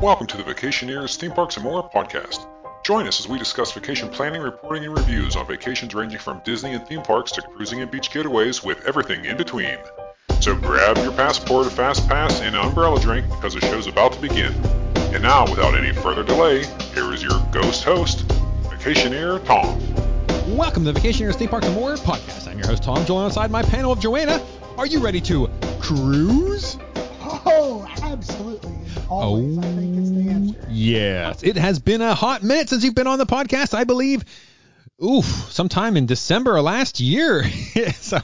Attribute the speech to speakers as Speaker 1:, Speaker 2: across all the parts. Speaker 1: Welcome to the Vacationers, Theme Parks, and More podcast. Join us as we discuss vacation planning, reporting, and reviews on vacations ranging from Disney and theme parks to cruising and beach getaways with everything in between. So grab your passport, a fast pass, and an umbrella drink because the show's about to begin. And now, without any further delay, here is your ghost host, Vacationeer Tom.
Speaker 2: Welcome to the Vacationers, Theme Parks, and More podcast. I'm your host, Tom, joined alongside my panel of Joanna. Are you ready to cruise?
Speaker 3: Oh, absolutely. Always, I think it's
Speaker 2: Oh.
Speaker 3: the answer.
Speaker 2: Yes. It has been a hot minute since you've been on the podcast, I believe. Oof, sometime in December of last year. so,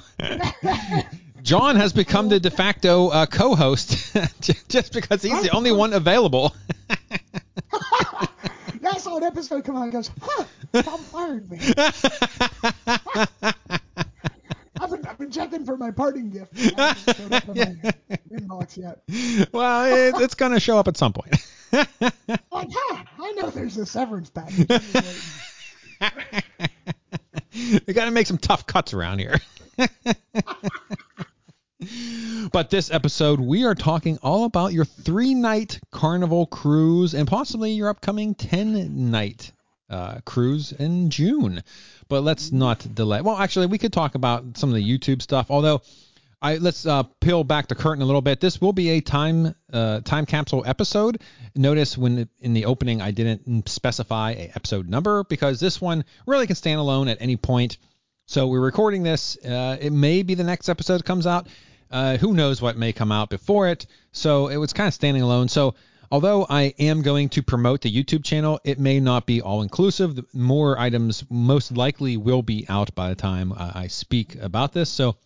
Speaker 2: John has become the de facto uh, co host just because he's the only one available.
Speaker 3: That's how an episode comes out and goes, huh, Tom fired me. I've been, I've been checking for my parting gift. It hasn't showed up in my inbox yet.
Speaker 2: well, it, it's going to show up at some point.
Speaker 3: Like, huh, I know there's a severance package. I'm just waiting.
Speaker 2: we got to make some tough cuts around here. but this episode, we are talking all about your three night carnival cruise and possibly your upcoming 10 night uh, cruise in June. But let's not delay. Well, actually, we could talk about some of the YouTube stuff, although. I, let's uh, peel back the curtain a little bit. This will be a time uh, time capsule episode. Notice when in the opening I didn't specify a episode number because this one really can stand alone at any point. So we're recording this. Uh, it may be the next episode that comes out. Uh, who knows what may come out before it? So it was kind of standing alone. So although I am going to promote the YouTube channel, it may not be all inclusive. The- More items most likely will be out by the time uh, I speak about this. So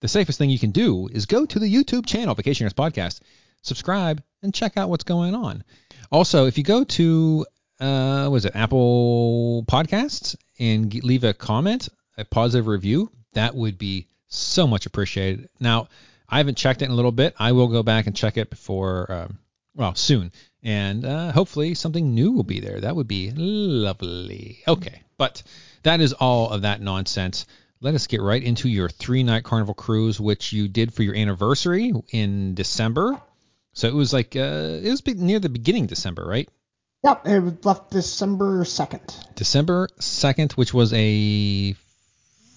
Speaker 2: the safest thing you can do is go to the YouTube channel, Vacationers Podcast, subscribe, and check out what's going on. Also, if you go to, uh, was it Apple Podcasts and g- leave a comment, a positive review, that would be so much appreciated. Now, I haven't checked it in a little bit. I will go back and check it before, um, well, soon. And uh, hopefully something new will be there. That would be lovely. Okay, but that is all of that nonsense. Let us get right into your three night carnival cruise, which you did for your anniversary in December. So it was like, uh, it was be- near the beginning of December, right?
Speaker 3: Yep, it was left December 2nd.
Speaker 2: December 2nd, which was a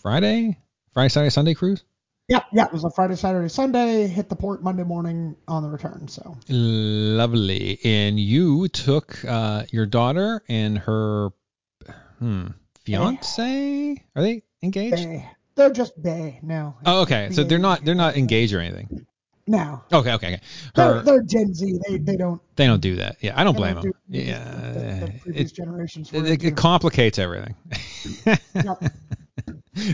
Speaker 2: Friday, Friday, Saturday, Sunday cruise.
Speaker 3: Yep, yeah, it was a Friday, Saturday, Sunday. Hit the port Monday morning on the return. So
Speaker 2: Lovely. And you took uh, your daughter and her hmm, fiance. Are they engaged?
Speaker 3: bay. They're just bay now.
Speaker 2: Oh, okay. So they're not they're not engaged or anything.
Speaker 3: now.
Speaker 2: Okay, okay, okay.
Speaker 3: They're,
Speaker 2: Her,
Speaker 3: they're Gen Z. They, they don't.
Speaker 2: they don't do that. Yeah, I don't Uh,
Speaker 3: they
Speaker 2: blame
Speaker 3: don't
Speaker 2: them.
Speaker 3: do- the-
Speaker 2: Yeah,
Speaker 3: the previous
Speaker 2: it,
Speaker 3: generations. were
Speaker 2: it, it
Speaker 3: into-
Speaker 2: complicates everything.
Speaker 3: Yep.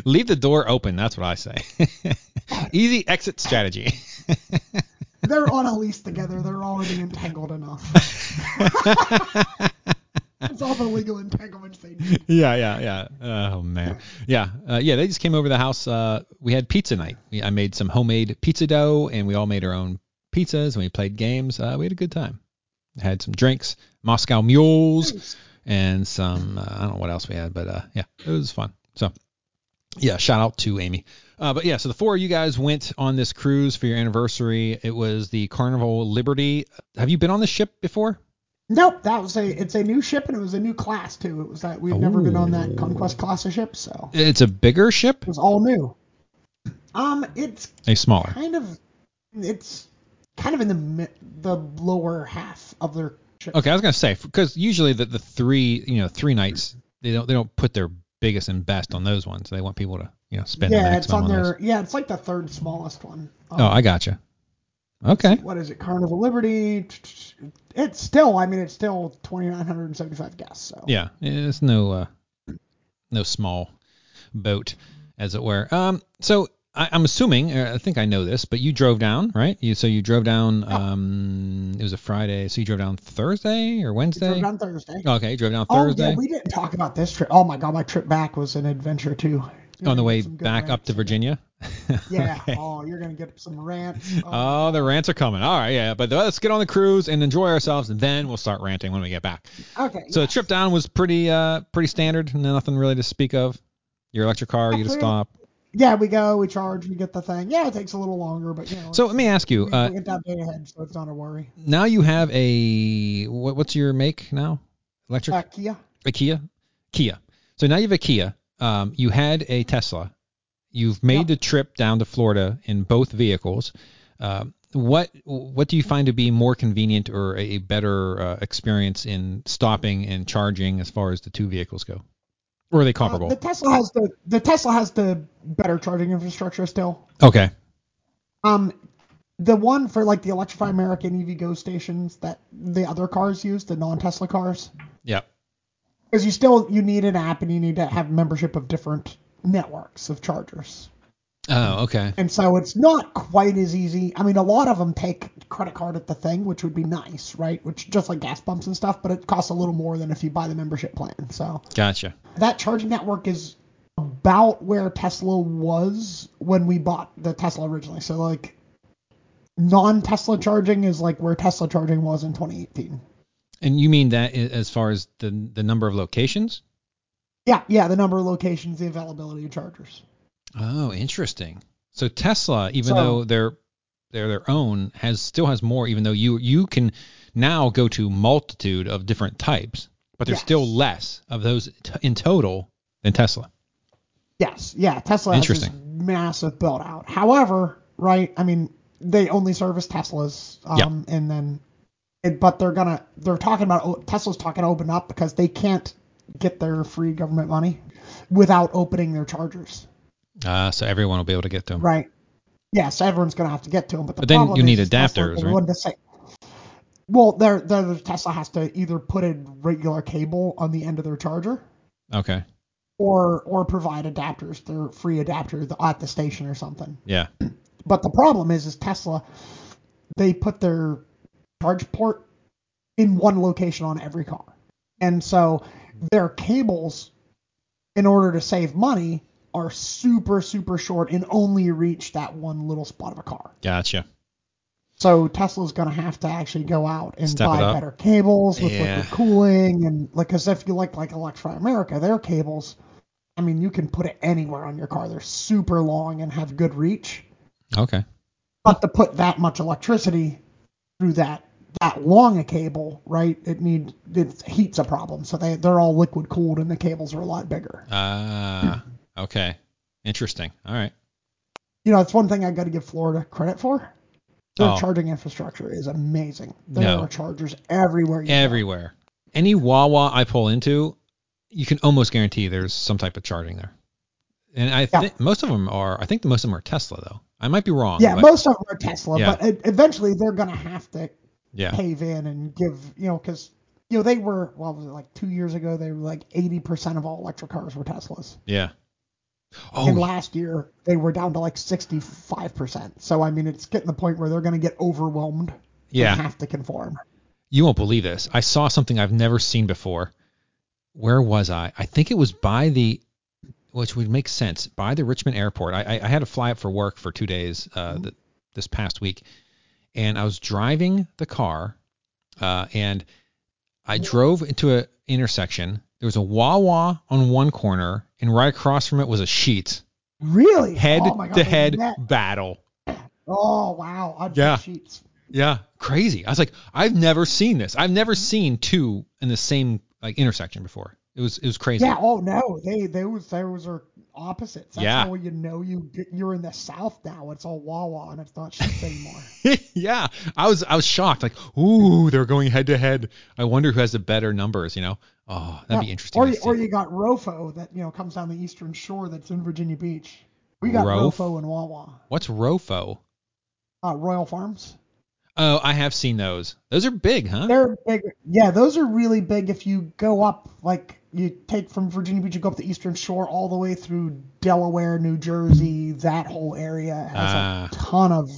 Speaker 2: Leave the door open. That's what I say. Easy exit strategy.
Speaker 3: They're on a lease together. They're already entangled enough. That's all the legal entanglements they need.
Speaker 2: yeah, yeah, yeah. Oh man, yeah, uh, yeah. They just came over the house. Uh, we had pizza night. We, I made some homemade pizza dough, and we all made our own pizzas, and we played games. Uh, we had a good time. Had some drinks, Moscow mules, and some uh, I don't know what else we had, but uh, yeah, it was fun. So yeah, shout out to Amy. Uh, but yeah, so the four of you guys went on this cruise for your anniversary. It was the Carnival Liberty. Have you been on the ship before?
Speaker 3: Nope, that was a. It's a new ship and it was a new class too. It was that we've never been on
Speaker 2: Ooh.
Speaker 3: that conquest class of ship, so
Speaker 2: It's a bigger ship,
Speaker 3: it was all new. Um, it's
Speaker 2: a smaller.
Speaker 3: kind of, it's kind of in the mi- the lower half of their ship.
Speaker 2: Okay, I was gonna say because usually the, the three you know three nights they don't they don't put their biggest and best on those ones. They want people to you know spend the
Speaker 3: yeah, it's
Speaker 2: maximum
Speaker 3: on
Speaker 2: on,
Speaker 3: their.
Speaker 2: those.
Speaker 3: Yeah, it's like the third smallest one. Um,
Speaker 2: Oh, I gotcha. Okay.
Speaker 3: what is it? Carnival Liberty. It's still. I mean, it's still twenty nine hundred and seventy five guests. So
Speaker 2: Yeah, it's no uh, no small boat as it were. Um, so I, I'm assuming uh, I think I know this, but you drove down right? You so you drove down. Um, it was a Friday, so you drove down Thursday or
Speaker 3: We
Speaker 2: Wednesday.
Speaker 3: drove on Thursday.
Speaker 2: okay, you drove down
Speaker 3: Oh,
Speaker 2: Thursday
Speaker 3: yeah, we didn't talk about this trip. Oh my god, my trip back was an adventure too.
Speaker 2: on the
Speaker 3: You're gonna
Speaker 2: way
Speaker 3: get some good
Speaker 2: back up to
Speaker 3: rants.
Speaker 2: Virginia.
Speaker 3: Yeah.
Speaker 2: Okay.
Speaker 3: Oh, you're gonna get some rants. Oh,
Speaker 2: Oh, the rants are coming. All right, yeah, but let's get on the cruise and enjoy ourselves, and then we'll start ranting when we get back.
Speaker 3: Oh, okay.
Speaker 2: So
Speaker 3: yeah.
Speaker 2: the trip down was pretty, uh, pretty standard. Nothing really to speak of. Your electric car, you had to
Speaker 3: Actually-
Speaker 2: stop.
Speaker 3: Yeah, we go, we charge, we get the thing. Yeah, it takes a little longer, but you know.
Speaker 2: So let me ask you.
Speaker 3: we,
Speaker 2: Uh,
Speaker 3: we get that day ahead, so it's not a worry.
Speaker 2: now you have a what, what's your make now? Electric
Speaker 3: Uh, Kia.
Speaker 2: a Kia. Kia. So now you have a Kia. Um, you had a Tesla. You've made
Speaker 3: Yep.
Speaker 2: the trip down to Florida in both vehicles. Um, what what do you find to be more convenient or a, a better uh, experience in stopping and charging as far as the two vehicles go? Or are they
Speaker 3: Uh,
Speaker 2: comparable?
Speaker 3: the Tesla has the the Tesla has the better charging infrastructure still.
Speaker 2: okay.
Speaker 3: Um, the one for like the Electrify American EV Go stations that the other cars use, the non-Tesla cars,
Speaker 2: Yeah.
Speaker 3: because you still you need an app and you need to have membership of different networks of chargers,
Speaker 2: Oh, okay.
Speaker 3: and so it's not quite as easy. I mean, a lot of them take credit card at the thing, which would be nice, right? Which just like gas pumps and stuff, but it costs a little more than if you buy the membership plan. So
Speaker 2: Gotcha.
Speaker 3: that charging network is about where Tesla was when we bought the Tesla originally. So like non-Tesla charging is like where Tesla charging was in 2018.
Speaker 2: And you mean that i- as far as the the number of locations?
Speaker 3: Yeah, yeah, the number of locations, the availability of chargers.
Speaker 2: Oh, interesting. So Tesla, even
Speaker 3: So-
Speaker 2: though they're they're their own, has still has more. Even though you you can now go to multitude of different types, but there's still
Speaker 3: Yes.
Speaker 2: less of those t- in total than Tesla.
Speaker 3: Yes, yeah, Tesla has this massive build out. However, right, I mean, they only service Teslas, um, and then, it, but they're gonna, they're talking about oh, Tesla's talking to open up because they can't get their free government money without opening their chargers.
Speaker 2: Uh, so everyone will be able to get to them.
Speaker 3: Right. Yes, everyone's going to have to get to them. But, the
Speaker 2: But then
Speaker 3: problem
Speaker 2: you
Speaker 3: is
Speaker 2: need
Speaker 3: is Tesla
Speaker 2: adapters,
Speaker 3: is the
Speaker 2: right?
Speaker 3: one to say- well, they're, they're, the Tesla has to either put a regular cable on the end of their charger
Speaker 2: Okay.
Speaker 3: or or provide adapters, their free adapter th- at the station or something.
Speaker 2: Yeah.
Speaker 3: But the problem is, is Tesla, they put their charge port in one location on every car, and so their cables, in order to save money, are super super short and only reach that one little spot of a car.
Speaker 2: Gotcha.
Speaker 3: So Tesla's going to have to actually go out and
Speaker 2: Step it
Speaker 3: buy
Speaker 2: up.
Speaker 3: better cables with
Speaker 2: Yeah.
Speaker 3: liquid cooling and like because if you like like Electrify America, their cables, I mean you can put it anywhere on your car. They're super long and have good reach.
Speaker 2: Okay.
Speaker 3: But to put that much electricity through that that long a cable, right? It need it heat's a problem. So they they're all liquid cooled and the cables are a lot bigger.
Speaker 2: Ah. okay. Interesting. All right.
Speaker 3: You know, it's one thing I got to give Florida credit for. Their
Speaker 2: Oh.
Speaker 3: charging infrastructure is amazing. There
Speaker 2: No.
Speaker 3: are chargers everywhere. You go.
Speaker 2: Everywhere. Any Wawa I pull into, you can almost guarantee there's some type of charging there. And I
Speaker 3: Yeah.
Speaker 2: think most of them are. I think most of them are Tesla though. I might be wrong.
Speaker 3: Yeah,
Speaker 2: but-
Speaker 3: most of them are Tesla,
Speaker 2: Yeah.
Speaker 3: but e- eventually they're going to have to
Speaker 2: yeah.
Speaker 3: cave in and give, you know, because, you know, they were, well, was it like two years ago, they were like 80% of all electric cars were Teslas.
Speaker 2: Yeah.
Speaker 3: and
Speaker 2: Oh,
Speaker 3: last year they were down to like 65%. So, I mean, it's getting to the point where they're going to get overwhelmed and
Speaker 2: yeah.
Speaker 3: have to conform.
Speaker 2: You won't believe this. I saw something I've never seen before. Where was I? I think it was by the, which would make sense, by the Richmond airport. I, I, I had to fly up for work for two days uh,
Speaker 3: Mm-hmm.
Speaker 2: th- this past week, and I was driving the car, uh, and I
Speaker 3: Mm-hmm.
Speaker 2: drove into a intersection. There was a Wawa on one corner, and right across from it was a Sheets
Speaker 3: Really?
Speaker 2: head
Speaker 3: Oh my God,
Speaker 2: to
Speaker 3: they
Speaker 2: head
Speaker 3: met.
Speaker 2: battle.
Speaker 3: Oh, wow. I'd
Speaker 2: Yeah.
Speaker 3: yeah. sheets.
Speaker 2: Yeah, crazy. I was like, I've never seen this. I've never seen two in the same like intersection before. It was it was crazy.
Speaker 3: Yeah. Oh no, they those those are opposites. That's
Speaker 2: Yeah.
Speaker 3: how you know you get- you're in the South now. It's all Wawa and it's not sheets anymore.
Speaker 2: yeah, I was I was shocked. Like, ooh, they're going head to head. I wonder who has the better numbers. You know, oh, that'd be
Speaker 3: Yeah,
Speaker 2: interesting.
Speaker 3: Or
Speaker 2: to
Speaker 3: you, or
Speaker 2: see.
Speaker 3: you got Rofo that you know comes down the eastern shore that's in Virginia Beach. We got
Speaker 2: Rof?
Speaker 3: Rofo and Wawa.
Speaker 2: What's Rofo?
Speaker 3: Uh, Royal Farms.
Speaker 2: Oh, I have seen those. Those are big, huh?
Speaker 3: They're big. Yeah, those are really big. If you go up, like you take from Virginia Beach, you go up the eastern shore all the way through Delaware, New Jersey, that whole area has
Speaker 2: Ah.
Speaker 3: a ton of.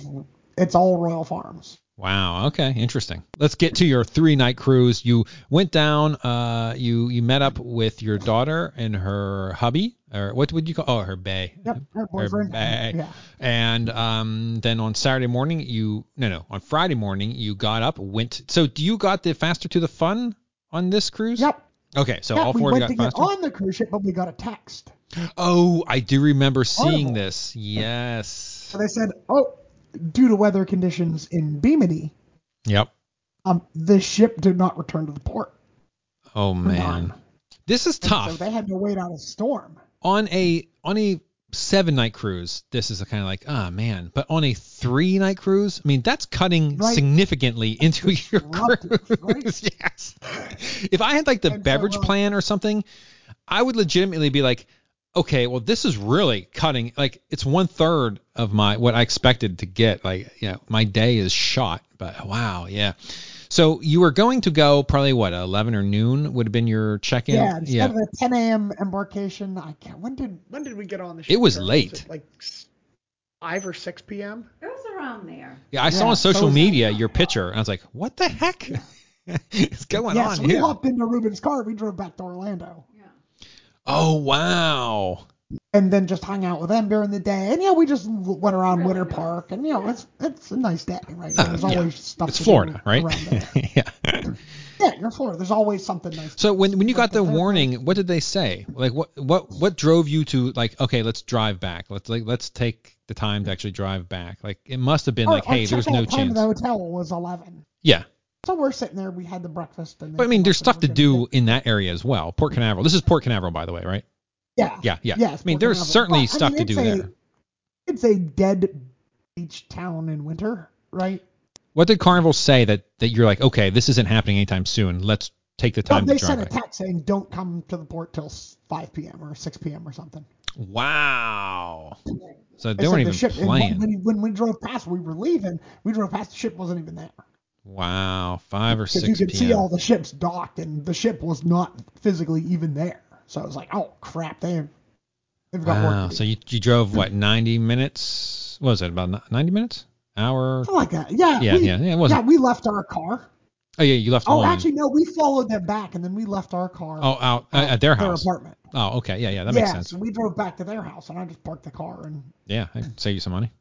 Speaker 3: It's all Royal Farms.
Speaker 2: Wow. Okay. Interesting. Let's get to your three night cruise. You went down. Uh, you you met up with your daughter and her hubby, or what would you call? Oh, her bay.
Speaker 3: Yep, her
Speaker 2: Or
Speaker 3: boyfriend.
Speaker 2: bag.
Speaker 3: Yeah.
Speaker 2: And um, then on Saturday morning, you no no on Friday morning you got up went. So do you got the faster to the fun on this cruise?
Speaker 3: Yep.
Speaker 2: Okay, so
Speaker 3: yep.
Speaker 2: all
Speaker 3: we
Speaker 2: four of you
Speaker 3: went
Speaker 2: got
Speaker 3: to get
Speaker 2: faster.
Speaker 3: on the cruise ship, but we got a text.
Speaker 2: Oh, I do remember seeing Carnival. this. Yes.
Speaker 3: So they said, oh, due to weather conditions in Bimini.
Speaker 2: Yep.
Speaker 3: Um, the ship did not return to the port.
Speaker 2: Oh man, None. this is tough.
Speaker 3: And so they had to wait out a storm.
Speaker 2: On a on a seven night cruise, this is kind of like, oh man. But on a three night cruise, I mean, that's cutting right. significantly into it's your cruise. Right? yes. If I had like the and beverage so, uh, plan or something, I would legitimately be like, okay, well, this is really cutting. Like, it's one third of my what I expected to get. Like, you know, my day is shot. But wow, yeah. So you were going to go probably what eleven or noon would have been your check in.
Speaker 3: Yeah, instead yeah. of the ten a.m. embarkation. I can't, when did when did we get on the ship?
Speaker 2: It was late. Was
Speaker 3: it like five or six p.m.
Speaker 4: It was around there.
Speaker 2: Yeah, I yeah, saw on social so media your picture, and I was like, what the heck yeah. is going
Speaker 3: yeah,
Speaker 2: on
Speaker 3: so
Speaker 2: here?
Speaker 3: we hopped into Ruben's car. We drove back to Orlando. Yeah.
Speaker 2: Oh wow.
Speaker 3: And then just hung out with them during the day, and yeah, you know, we just went around really Winter nice. Park, and you know, it's it's a nice day, right? Uh, There's always stuff.
Speaker 2: It's Florida, right?
Speaker 3: yeah. Yeah, you're Florida. There's always something nice.
Speaker 2: So when, when you got the warning, what did they say? Like what what what drove you to like okay, let's drive back. Let's like let's take the time to actually drive back. Like it must have been our, like hey, there's no chance.
Speaker 3: The hotel was 11.
Speaker 2: Yeah.
Speaker 3: So we're sitting there. We had the breakfast. And
Speaker 2: but I mean, there's stuff to do in that area as well. Port Canaveral. This is Port Canaveral, by the way, right?
Speaker 3: Yeah.
Speaker 2: Yeah, yeah. Yes, I mean, Port there's Canaveral. certainly but, stuff I mean, to do
Speaker 3: a,
Speaker 2: there.
Speaker 3: It's a dead beach town in winter, right?
Speaker 2: What did Carnival say that that you're like, okay, this isn't happening anytime soon. Let's take the time.
Speaker 3: No, they
Speaker 2: sent
Speaker 3: a text saying, "Don't come to the port till 5 p.m. or 6 p.m. or something."
Speaker 2: Wow. So they, they weren't even the ship, playing.
Speaker 3: When, when we drove past, we were leaving. We drove past the ship wasn't even there.
Speaker 2: Wow, five or six.
Speaker 3: You could
Speaker 2: PM.
Speaker 3: see all the ships docked, and the ship was not physically even there. So I was like, oh crap, they have, they've got Mm-hmm. wow. work.
Speaker 2: So you, you drove what ninety minutes? What was it about ninety minutes? Hour?
Speaker 3: Something like that. Yeah.
Speaker 2: Yeah,
Speaker 3: we,
Speaker 2: yeah. yeah it wasn't.
Speaker 3: Yeah, we left our car.
Speaker 2: Oh yeah, you left.
Speaker 3: Oh,
Speaker 2: on.
Speaker 3: actually no, we followed them back, and then we left our car.
Speaker 2: Oh, out at, at their house.
Speaker 3: Their apartment.
Speaker 2: Oh, okay, yeah, yeah, that makes yeah, sense. Uh,
Speaker 3: So we drove back to their house, and I just parked the car and.
Speaker 2: Yeah, I save you some money.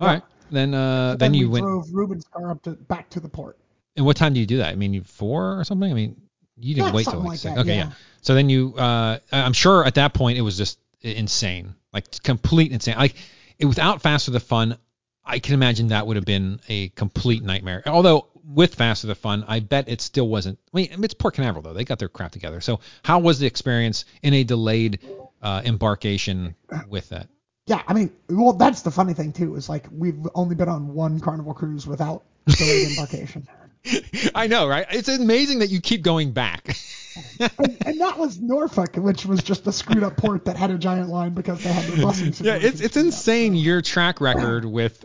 Speaker 2: All yeah. right then uh, so then, then, you
Speaker 3: we
Speaker 2: went
Speaker 3: drove Ruben's car up to back to the port.
Speaker 2: And what time do you do that? I mean, four or something. I mean, you didn't yeah, wait till like, like six. That, okay, yeah. yeah. So then you, uh, I'm sure at that point it was just insane, like complete insane. Like it, without Faster the Fun, I can imagine that would have been a complete nightmare. Although with Faster the Fun, I bet it still wasn't. I mean, it's Port Canaveral though; they got their crap together. So how was the experience in a delayed uh, embarkation with that?
Speaker 3: Yeah, I mean, well, that's the funny thing too is like we've only been on one Carnival cruise without delayed embarkation.
Speaker 2: I know, right? It's amazing that you keep going back.
Speaker 3: and, and, that was Norfolk, which was just a screwed up port that had a giant line because they had their busing.
Speaker 2: Yeah, it's it's insane up. your track record with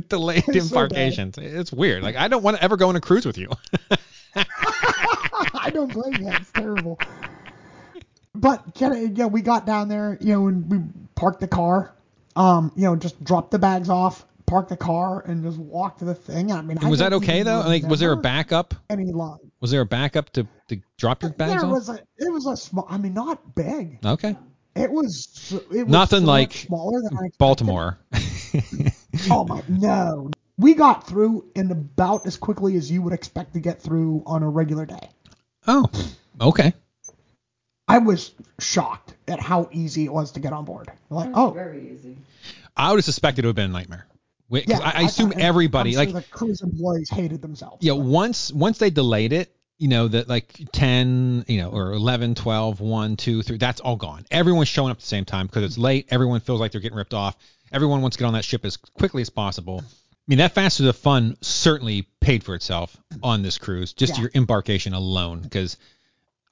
Speaker 2: delayed it's embarkations. So it's weird. Like I don't want to ever go on a cruise with you.
Speaker 3: I don't blame you. It's terrible but yeah, we got down there, you know, and we parked the car, um, you know, just dropped the bags off, parked the car, and just walked to the thing. I mean,
Speaker 2: and was that okay though? Like, was there a backup?
Speaker 3: Any line?
Speaker 2: Was there a backup to, to drop your bags
Speaker 3: there
Speaker 2: off?
Speaker 3: was a, it was a small. I mean, not big.
Speaker 2: Okay.
Speaker 3: It was. It was
Speaker 2: Nothing
Speaker 3: so
Speaker 2: like
Speaker 3: smaller than I expected.
Speaker 2: Baltimore.
Speaker 3: oh my no! We got through in about as quickly as you would expect to get through on a regular day.
Speaker 2: Oh, okay.
Speaker 3: I was shocked at how easy it was to get on board. Like, oh,
Speaker 4: very easy.
Speaker 2: I would have suspected it would have been a nightmare. Yeah, I, I, I assume everybody
Speaker 3: sure
Speaker 2: like
Speaker 3: the cruise employees hated themselves.
Speaker 2: Yeah, but. once once they delayed it, you know that like 10, you know, or 11, 12, 1, 2, 3, that's all gone. Everyone's showing up at the same time because it's late. Everyone feels like they're getting ripped off. Everyone wants to get on that ship as quickly as possible. I mean, that faster the fun certainly paid for itself on this cruise, just yeah. your embarkation alone, because.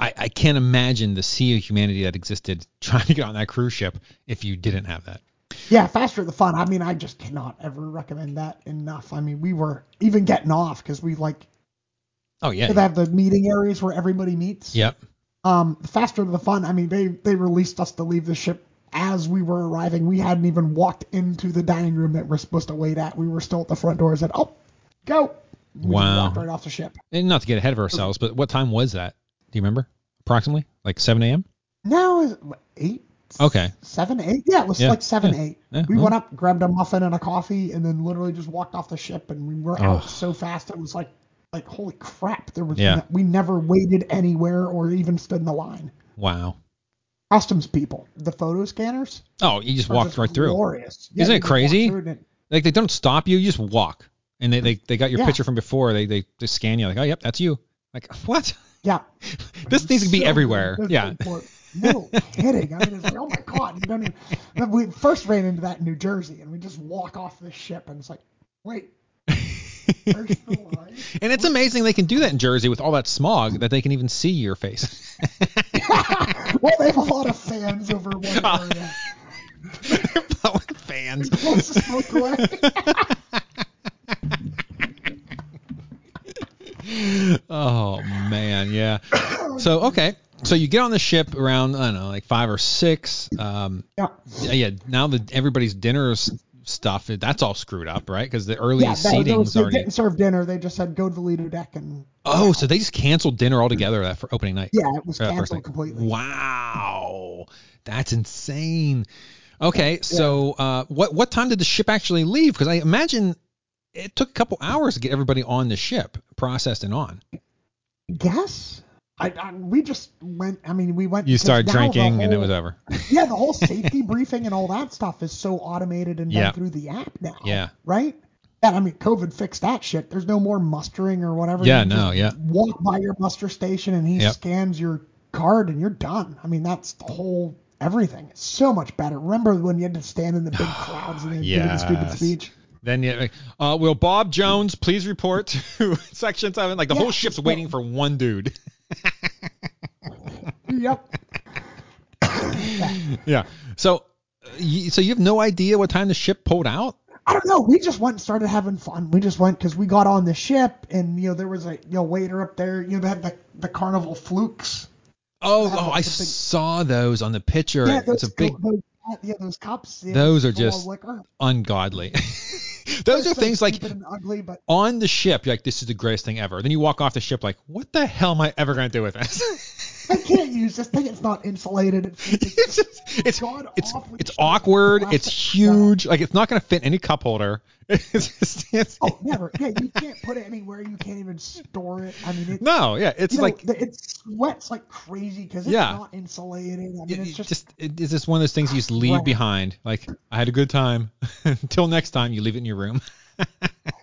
Speaker 2: I, I, can't imagine the sea of humanity that existed trying to get on that cruise ship if you didn't have that.
Speaker 3: Yeah, faster the fun. I mean, I just cannot ever recommend that enough. I mean, we were even getting off because we like.
Speaker 2: Oh yeah.
Speaker 3: They have the meeting areas where everybody meets.
Speaker 2: Yep.
Speaker 3: Um, faster the fun. I mean, they they released us to leave the ship as we were arriving. We hadn't even walked into the dining room that we're supposed to wait at. We were still at the front door. and Said, "Oh, go." We
Speaker 2: wow.
Speaker 3: right off the ship.
Speaker 2: And not to get ahead of ourselves, but what time was that? Do you remember? Approximately? Like 7 a.m.?
Speaker 3: No, it was 8.
Speaker 2: Okay.
Speaker 3: 7, 8? Yeah, it was yeah, like 7,
Speaker 2: yeah,
Speaker 3: 8. Yeah, we well. went up, grabbed a muffin and a coffee, and then literally just walked off the ship, and we were out oh. so fast. It was like, like holy crap. There was
Speaker 2: yeah.
Speaker 3: We never waited anywhere or even stood in the line.
Speaker 2: Wow.
Speaker 3: customs people, the photo scanners.
Speaker 2: Oh, you just walked right through.
Speaker 3: Glorious.
Speaker 2: Isn't
Speaker 3: you
Speaker 2: it
Speaker 3: can walk
Speaker 2: crazy?
Speaker 3: through and it-
Speaker 2: Like they don't stop you, you just walk. And they, they, they got your
Speaker 3: Yeah.
Speaker 2: picture from before. They, they they scan you like, oh yep, that's you. Like what?
Speaker 3: Yeah.
Speaker 2: This needs to be
Speaker 3: So
Speaker 2: everywhere.
Speaker 3: good.
Speaker 2: Yeah.
Speaker 3: No kidding. I mean, it's like, oh my god, you don't even. but We first ran into that in New Jersey, and we just walk off the ship, and it's like, wait, there's the line.
Speaker 2: And it's amazing they can do that in Jersey with all that smog that they can even see your face.
Speaker 3: well, they have a lot of fans over one area.
Speaker 2: They're blowing fans.
Speaker 3: Blows the smoke away.
Speaker 2: Oh man, yeah. So okay, so you get on the ship around I don't know, like five or six. Um,
Speaker 3: Yeah.
Speaker 2: yeah, yeah. Now that everybody's dinner s- stuff, that's all screwed up, right? Because the early
Speaker 3: Yeah, that,
Speaker 2: seating's
Speaker 3: those, they
Speaker 2: already.
Speaker 3: didn't serve dinner. They just said go to the Lido deck, and
Speaker 2: Oh, so they just canceled dinner altogether that for opening night.
Speaker 3: yeah, it was
Speaker 2: Uh, first
Speaker 3: canceled
Speaker 2: night.
Speaker 3: completely.
Speaker 2: Wow, that's insane. Okay, so uh, what what time did the ship actually leave? Because I imagine it took a couple hours to get everybody on the ship, processed and on.
Speaker 3: guess. I, I we just went. I mean, we went.
Speaker 2: You
Speaker 3: 'cause
Speaker 2: started
Speaker 3: now the
Speaker 2: drinking and it
Speaker 3: whole-
Speaker 2: was over.
Speaker 3: Yeah, the whole safety briefing and all that stuff is so automated and done
Speaker 2: Yeah.
Speaker 3: through the app now.
Speaker 2: Yeah.
Speaker 3: Right. That I mean, COVID fixed that shit. There's no more mustering or whatever.
Speaker 2: Yeah,
Speaker 3: You just
Speaker 2: no, yeah.
Speaker 3: Walk by your muster station and he
Speaker 2: Yep.
Speaker 3: scans your card and you're done. I mean, that's the whole everything. It's so much better. Remember when you had to stand in the big crowds and they do the stupid
Speaker 2: Yes.
Speaker 3: speech?
Speaker 2: Then you, uh, will Bob Jones please report to section seven? Like the
Speaker 3: Yeah.
Speaker 2: whole ship's waiting for one dude.
Speaker 3: Yep.
Speaker 2: yeah. So, uh, you, so you have no idea what time the ship pulled out?
Speaker 3: I don't know. We just went and started having fun. We just went because we got on the ship and you know there was a you know waiter up there. You know they had the the carnival flukes.
Speaker 2: Oh,
Speaker 3: That
Speaker 2: oh,
Speaker 3: was
Speaker 2: I
Speaker 3: a big-
Speaker 2: saw those on the picture. it's a big,
Speaker 3: Those, uh, yeah, those cups. yeah, oh,
Speaker 2: Those are
Speaker 3: full of
Speaker 2: just-
Speaker 3: liquor.
Speaker 2: ungodly. those
Speaker 3: They're
Speaker 2: are
Speaker 3: so
Speaker 2: things like
Speaker 3: stupid and ugly, but
Speaker 2: on the ship, you're like, this is the greatest thing ever. Then you walk off the ship, like, what the hell am I ever going to do with this?
Speaker 3: I can't use this thing. It's not insulated. It's, it's,
Speaker 2: it's just, it's,
Speaker 3: God
Speaker 2: it's,
Speaker 3: awful.
Speaker 2: it's awkward.
Speaker 3: Plastic
Speaker 2: It's huge. Like, it's not going to fit any cup holder. It's just, it's,
Speaker 3: oh, never. Yeah, you can't put it anywhere. You can't even store it. I mean, it,
Speaker 2: no, yeah, it's
Speaker 3: you know,
Speaker 2: like,
Speaker 3: the- it sweats like crazy because it's
Speaker 2: Yeah.
Speaker 3: not insulated. I
Speaker 2: it-
Speaker 3: mean, it's
Speaker 2: it
Speaker 3: just,
Speaker 2: just, it, it's just one of those things you just leave
Speaker 3: Right.
Speaker 2: behind. Like, I had a good time. Until next time, you leave it in your room.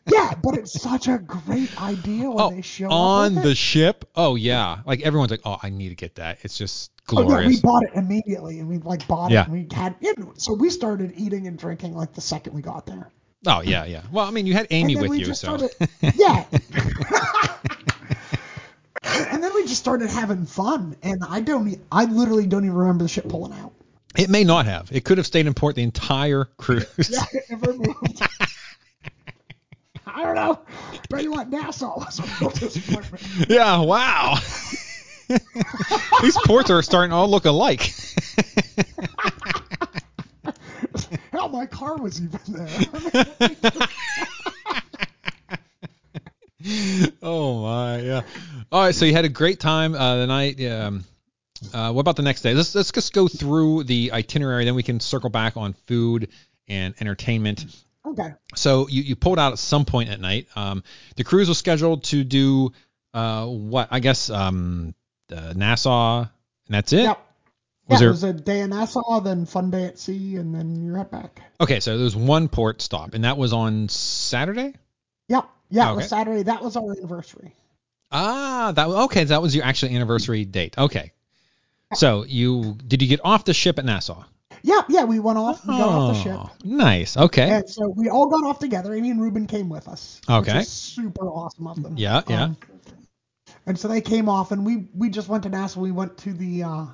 Speaker 3: yeah, but it's such a great idea when
Speaker 2: Oh,
Speaker 3: they show
Speaker 2: on
Speaker 3: up with
Speaker 2: the
Speaker 3: it.
Speaker 2: ship, oh yeah, like everyone's like, oh, I need to get that. It's just
Speaker 3: Oh, yeah, we
Speaker 2: glorious.
Speaker 3: bought it immediately, and we like bought
Speaker 2: Yeah.
Speaker 3: it. And we had, so we started eating and drinking like the second we got there.
Speaker 2: oh yeah, yeah. Well, I mean, you had Amy
Speaker 3: and then
Speaker 2: with
Speaker 3: we
Speaker 2: you,
Speaker 3: just
Speaker 2: so
Speaker 3: started- yeah. and then we just started having fun, and I don't, e- I literally don't even remember the ship pulling out.
Speaker 2: it may not have. It could have stayed in port the entire cruise.
Speaker 3: Yeah, it never moved. I don't know. Tell you what, Nassau was a real disappointment.
Speaker 2: Yeah, wow. These ports are starting to all look alike.
Speaker 3: Hell, my car was even there.
Speaker 2: oh my, yeah. All right, so you had a great time uh, the night. Um, uh, what about the next day? Let's let's just go through the itinerary, then we can circle back on food and entertainment.
Speaker 3: okay.
Speaker 2: So you, you pulled out at some point at night. Um, the cruise was scheduled to do uh, what? I guess um, uh, Nassau, and that's it.
Speaker 3: Yep.
Speaker 2: Was
Speaker 3: yeah,
Speaker 2: there-
Speaker 3: it was a day in Nassau, then fun day at sea, and then you're right back.
Speaker 2: Okay, so there was one port stop, and that was on Saturday.
Speaker 3: Yep. Yeah, it was
Speaker 2: Okay.
Speaker 3: Saturday. That was our anniversary.
Speaker 2: Ah, that was okay. That was your actual anniversary date. Okay. So you did you get off the ship at Nassau?
Speaker 3: Yeah, yeah, we went off, we got off the ship.
Speaker 2: Oh, Nice. Okay.
Speaker 3: And so we all got off together. Amy and Ruben came with us. which
Speaker 2: Okay.
Speaker 3: is super awesome of them. Um,
Speaker 2: Yeah, yeah.
Speaker 3: and so they came off, and we we just went to NASA. We went to the uh,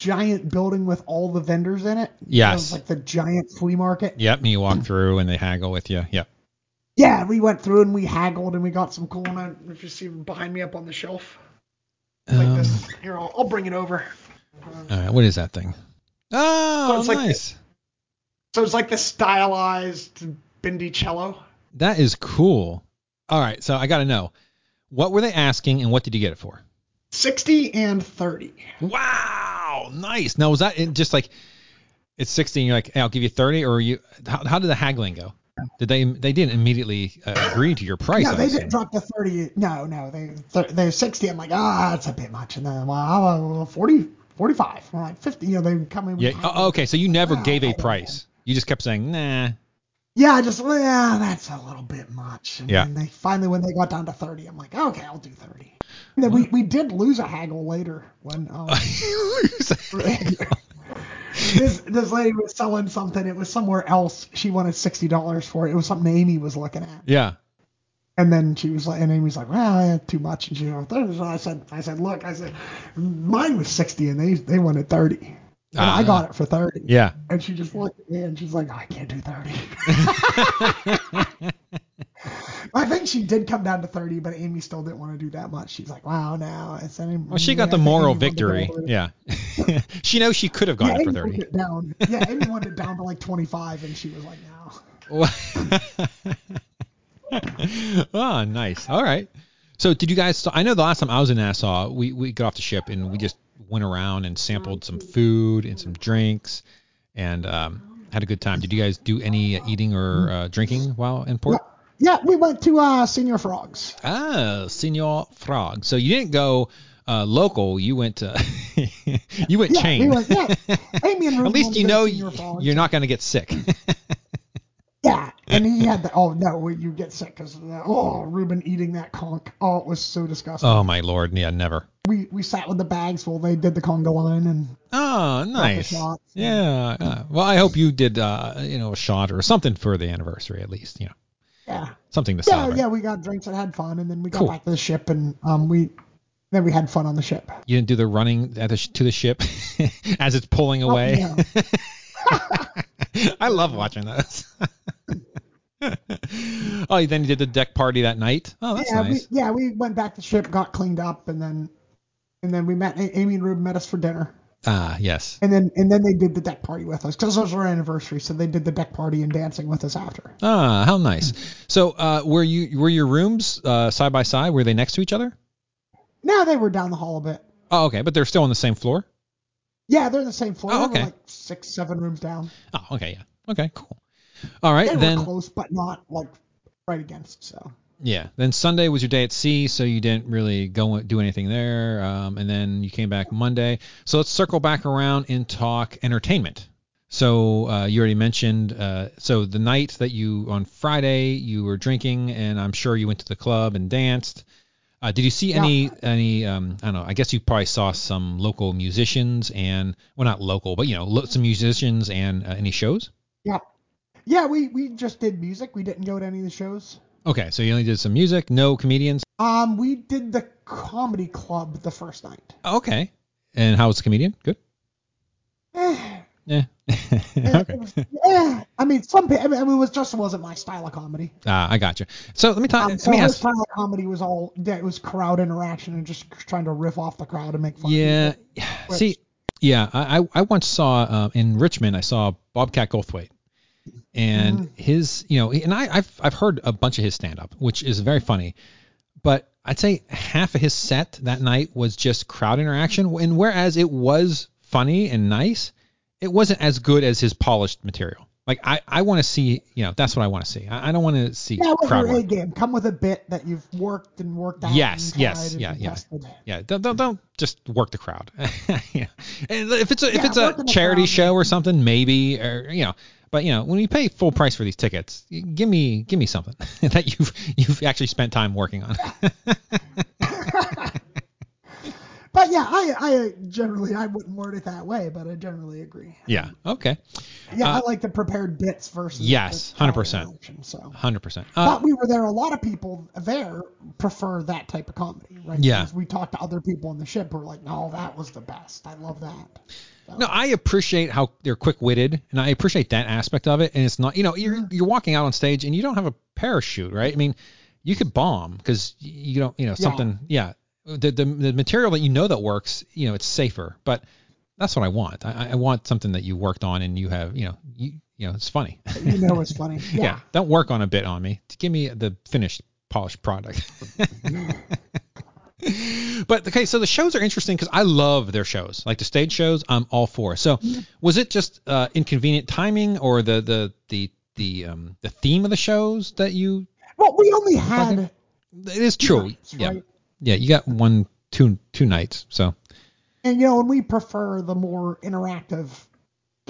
Speaker 3: giant building with all the vendors in it. So it
Speaker 2: yes.
Speaker 3: was like the giant flea market.
Speaker 2: yep. And you walk through, and they haggle with you. Yep.
Speaker 3: Yeah, we went through and we haggled and we got some cool. And I, if you see behind me up on the shelf like
Speaker 2: Um,
Speaker 3: this, here I'll, I'll bring it over.
Speaker 2: all right. What is that thing? Oh,
Speaker 3: it's like-
Speaker 2: nice.
Speaker 3: So it's like this stylized Bindicello.
Speaker 2: that is cool. All right. So I got to know, what were they asking, and what did you get it for?
Speaker 3: 60 and 30.
Speaker 2: Wow, nice. Now was that it just like it's 60 and you're like, hey, I'll give you 30, or you? How, how did the haggling go? Did they they didn't immediately uh, agree to your price?
Speaker 3: No,
Speaker 2: I
Speaker 3: they
Speaker 2: assume.
Speaker 3: didn't drop the 30. No, no, they they're, they're 60. I'm like, ah, that's a bit much. And then, well, how about 40, 45. We're like 50. You know, they would come in.
Speaker 2: Yeah. Oh, okay. So you never gave a price. You just kept saying, nah.
Speaker 3: Yeah, I just, yeah, that's a little bit much. And
Speaker 2: Yeah.
Speaker 3: then they finally, when they got down to 30, I'm like, okay, I'll do 30. And then we, we did lose a haggle later when um, this, this lady was selling something. It was somewhere else. She wanted $60 for it. It was something Amy was looking at.
Speaker 2: yeah.
Speaker 3: And then she was like, and Amy's like, well, I had too much. And she was like, so I said, I said, look, I said, mine was 60 and they, they wanted 30. And I
Speaker 2: Ah.
Speaker 3: got it for 30.
Speaker 2: Yeah.
Speaker 3: And she just looked at me and she's like, I can't do 30. I think she did come down to 30, but Amy still didn't want to do that much. She's like, wow, now it's any.
Speaker 2: Well, she got the moral victory. Yeah. she knows she could have
Speaker 3: Yeah,
Speaker 2: gone
Speaker 3: Amy
Speaker 2: for
Speaker 3: wanted
Speaker 2: 30.
Speaker 3: it down. Yeah, Amy wanted it down to like 25, and she was like, no.
Speaker 2: oh, nice. All right. So, did you guys? I know the last time I was in Nassau, we, we got off the ship and we just went around and sampled some food and some drinks and um, had a good time. Did you guys do any uh, eating or uh, drinking while in port?
Speaker 3: Yeah, we went to uh, Senior Frogs.
Speaker 2: Ah, Senor Frog. So, you didn't go uh, local, you went to. you went
Speaker 3: Yeah,
Speaker 2: chain.
Speaker 3: we went, yeah. Amy and Ruth
Speaker 2: At least
Speaker 3: wanted
Speaker 2: you
Speaker 3: to go to
Speaker 2: know
Speaker 3: Senior
Speaker 2: y-
Speaker 3: Frogs.
Speaker 2: you're not going to get sick.
Speaker 3: Yeah, and he had the oh no, well, you get sick because oh Ruben eating that conch, oh it was so disgusting.
Speaker 2: oh, my Lord. Yeah, never.
Speaker 3: we we sat with the bags while they did the conga line and
Speaker 2: Oh, nice.
Speaker 3: shots.
Speaker 2: Yeah. uh, well, I hope you did, uh, you know, a shot or something for the anniversary at least. You know,
Speaker 3: yeah
Speaker 2: something to
Speaker 3: yeah
Speaker 2: celebrate.
Speaker 3: yeah we got drinks and had fun and then we got
Speaker 2: Cool.
Speaker 3: back to the ship and um we then we had fun on the ship.
Speaker 2: You didn't do the running at the sh- to the ship as it's pulling away.
Speaker 3: Oh, yeah.
Speaker 2: I love watching those. oh, then you did the deck party that night. Oh, that's
Speaker 3: yeah,
Speaker 2: nice.
Speaker 3: we, yeah, we went back to the ship, got cleaned up, and then and then we met A- Amy and Ruben met us for dinner,
Speaker 2: Ah, yes.
Speaker 3: and then and then they did the deck party with us because those were our anniversary, so they did the deck party and dancing with us after.
Speaker 2: Ah, how nice. So, uh, were you were your rooms uh, side by side? Were they next to each other?
Speaker 3: No, they were down the hall a bit.
Speaker 2: Oh, okay, but they're still on the same floor.
Speaker 3: Yeah, they're in the same floor.
Speaker 2: Oh,
Speaker 3: They were
Speaker 2: okay.
Speaker 3: like six, seven rooms down.
Speaker 2: Oh, okay, yeah. Okay, cool. All right,
Speaker 3: They
Speaker 2: then.
Speaker 3: were close, but not like right against. So
Speaker 2: Yeah. Then Sunday was your day at sea, so you didn't really go do anything there. Um, and then you came back Monday. So let's circle back around and talk entertainment. So uh, you already mentioned. Uh, so the night that you on Friday you were drinking, and I'm sure you went to the club and danced. Uh, did you see any any? Um, I don't know. I guess you probably saw some local musicians and well, not local, but you know, lo- some musicians and uh, any shows.
Speaker 3: yeah, yeah, we we just did music. We didn't go to any of the shows.
Speaker 2: Okay, so you only did some music, no comedians.
Speaker 3: Um, we did the comedy club the first night.
Speaker 2: Okay. And how was the comedian? Good.
Speaker 3: Eh,
Speaker 2: Yeah.
Speaker 3: eh,
Speaker 2: okay.
Speaker 3: it was- eh. I mean, some pe- I mean, I mean, it was just wasn't my style of comedy.
Speaker 2: Ah, I got you. So let me talk.
Speaker 3: Um,
Speaker 2: Uh, let
Speaker 3: so
Speaker 2: me
Speaker 3: her
Speaker 2: ask.
Speaker 3: style of comedy was all yeah, it was crowd interaction and just trying to riff off the crowd and make fun. of
Speaker 2: Yeah.
Speaker 3: people. Which-
Speaker 2: See, yeah. I I I once saw uh, in Richmond. I saw Bobcat Goldthwait, and
Speaker 3: Mm-hmm.
Speaker 2: his you know, and I I've I've heard a bunch of his stand up, which is very funny, but I'd say half of his set that night was just crowd interaction,
Speaker 3: Mm-hmm.
Speaker 2: and whereas it was funny and nice, it wasn't as good as his polished material. Like I, I want to see, you know, that's what I want to see. I, I don't want to see
Speaker 3: Yeah, with
Speaker 2: crowd
Speaker 3: your A
Speaker 2: work.
Speaker 3: game, come with a bit that you've worked and worked out.
Speaker 2: Yes,
Speaker 3: and
Speaker 2: yes,
Speaker 3: tried and
Speaker 2: yeah, yeah.
Speaker 3: tested.
Speaker 2: Yeah, don't don't, don't just work the crowd. yeah. And if it's a, if
Speaker 3: Yeah,
Speaker 2: it's a
Speaker 3: working the
Speaker 2: charity
Speaker 3: crowd.
Speaker 2: show or something, maybe or you know, but you know, when you pay full price for these tickets, y- give me give me something that you've you've actually spent time working on.
Speaker 3: But yeah, I, I generally I wouldn't word it that way, but I generally agree.
Speaker 2: yeah. Okay.
Speaker 3: Yeah,
Speaker 2: Uh,
Speaker 3: I like the prepared bits versus the
Speaker 2: Yes, 100%.
Speaker 3: power reaction, So,
Speaker 2: Hundred percent.
Speaker 3: but
Speaker 2: Uh,
Speaker 3: we were there. A lot of people there prefer that type of comedy, right?
Speaker 2: Yeah.
Speaker 3: Because we talked to other people on the ship who were like, "No, that was the best. I love that."
Speaker 2: no, I appreciate how they're quick witted, and I appreciate that aspect of it. And it's not, you know, you're you're walking out on stage and you don't have a parachute, right? I mean, you could bomb because you don't, you know, something. Yeah. The, the the material that you know that works, you know, it's safer. But that's what I want. I, I want something that you worked on and you have, you know, you you know, it's funny.
Speaker 3: You know, it's funny. Yeah.
Speaker 2: Don't work on a bit on me. Give me the finished polished product. but okay, so the shows are interesting because I love their shows, like the stage shows. I'm all for. So was it just uh, inconvenient timing or the the the the um the theme of the shows that you?
Speaker 3: Well, we only had
Speaker 2: It is true.
Speaker 3: nights,
Speaker 2: yeah.
Speaker 3: right?
Speaker 2: Yeah. You got one two two nights. So
Speaker 3: and you know, and we prefer the more interactive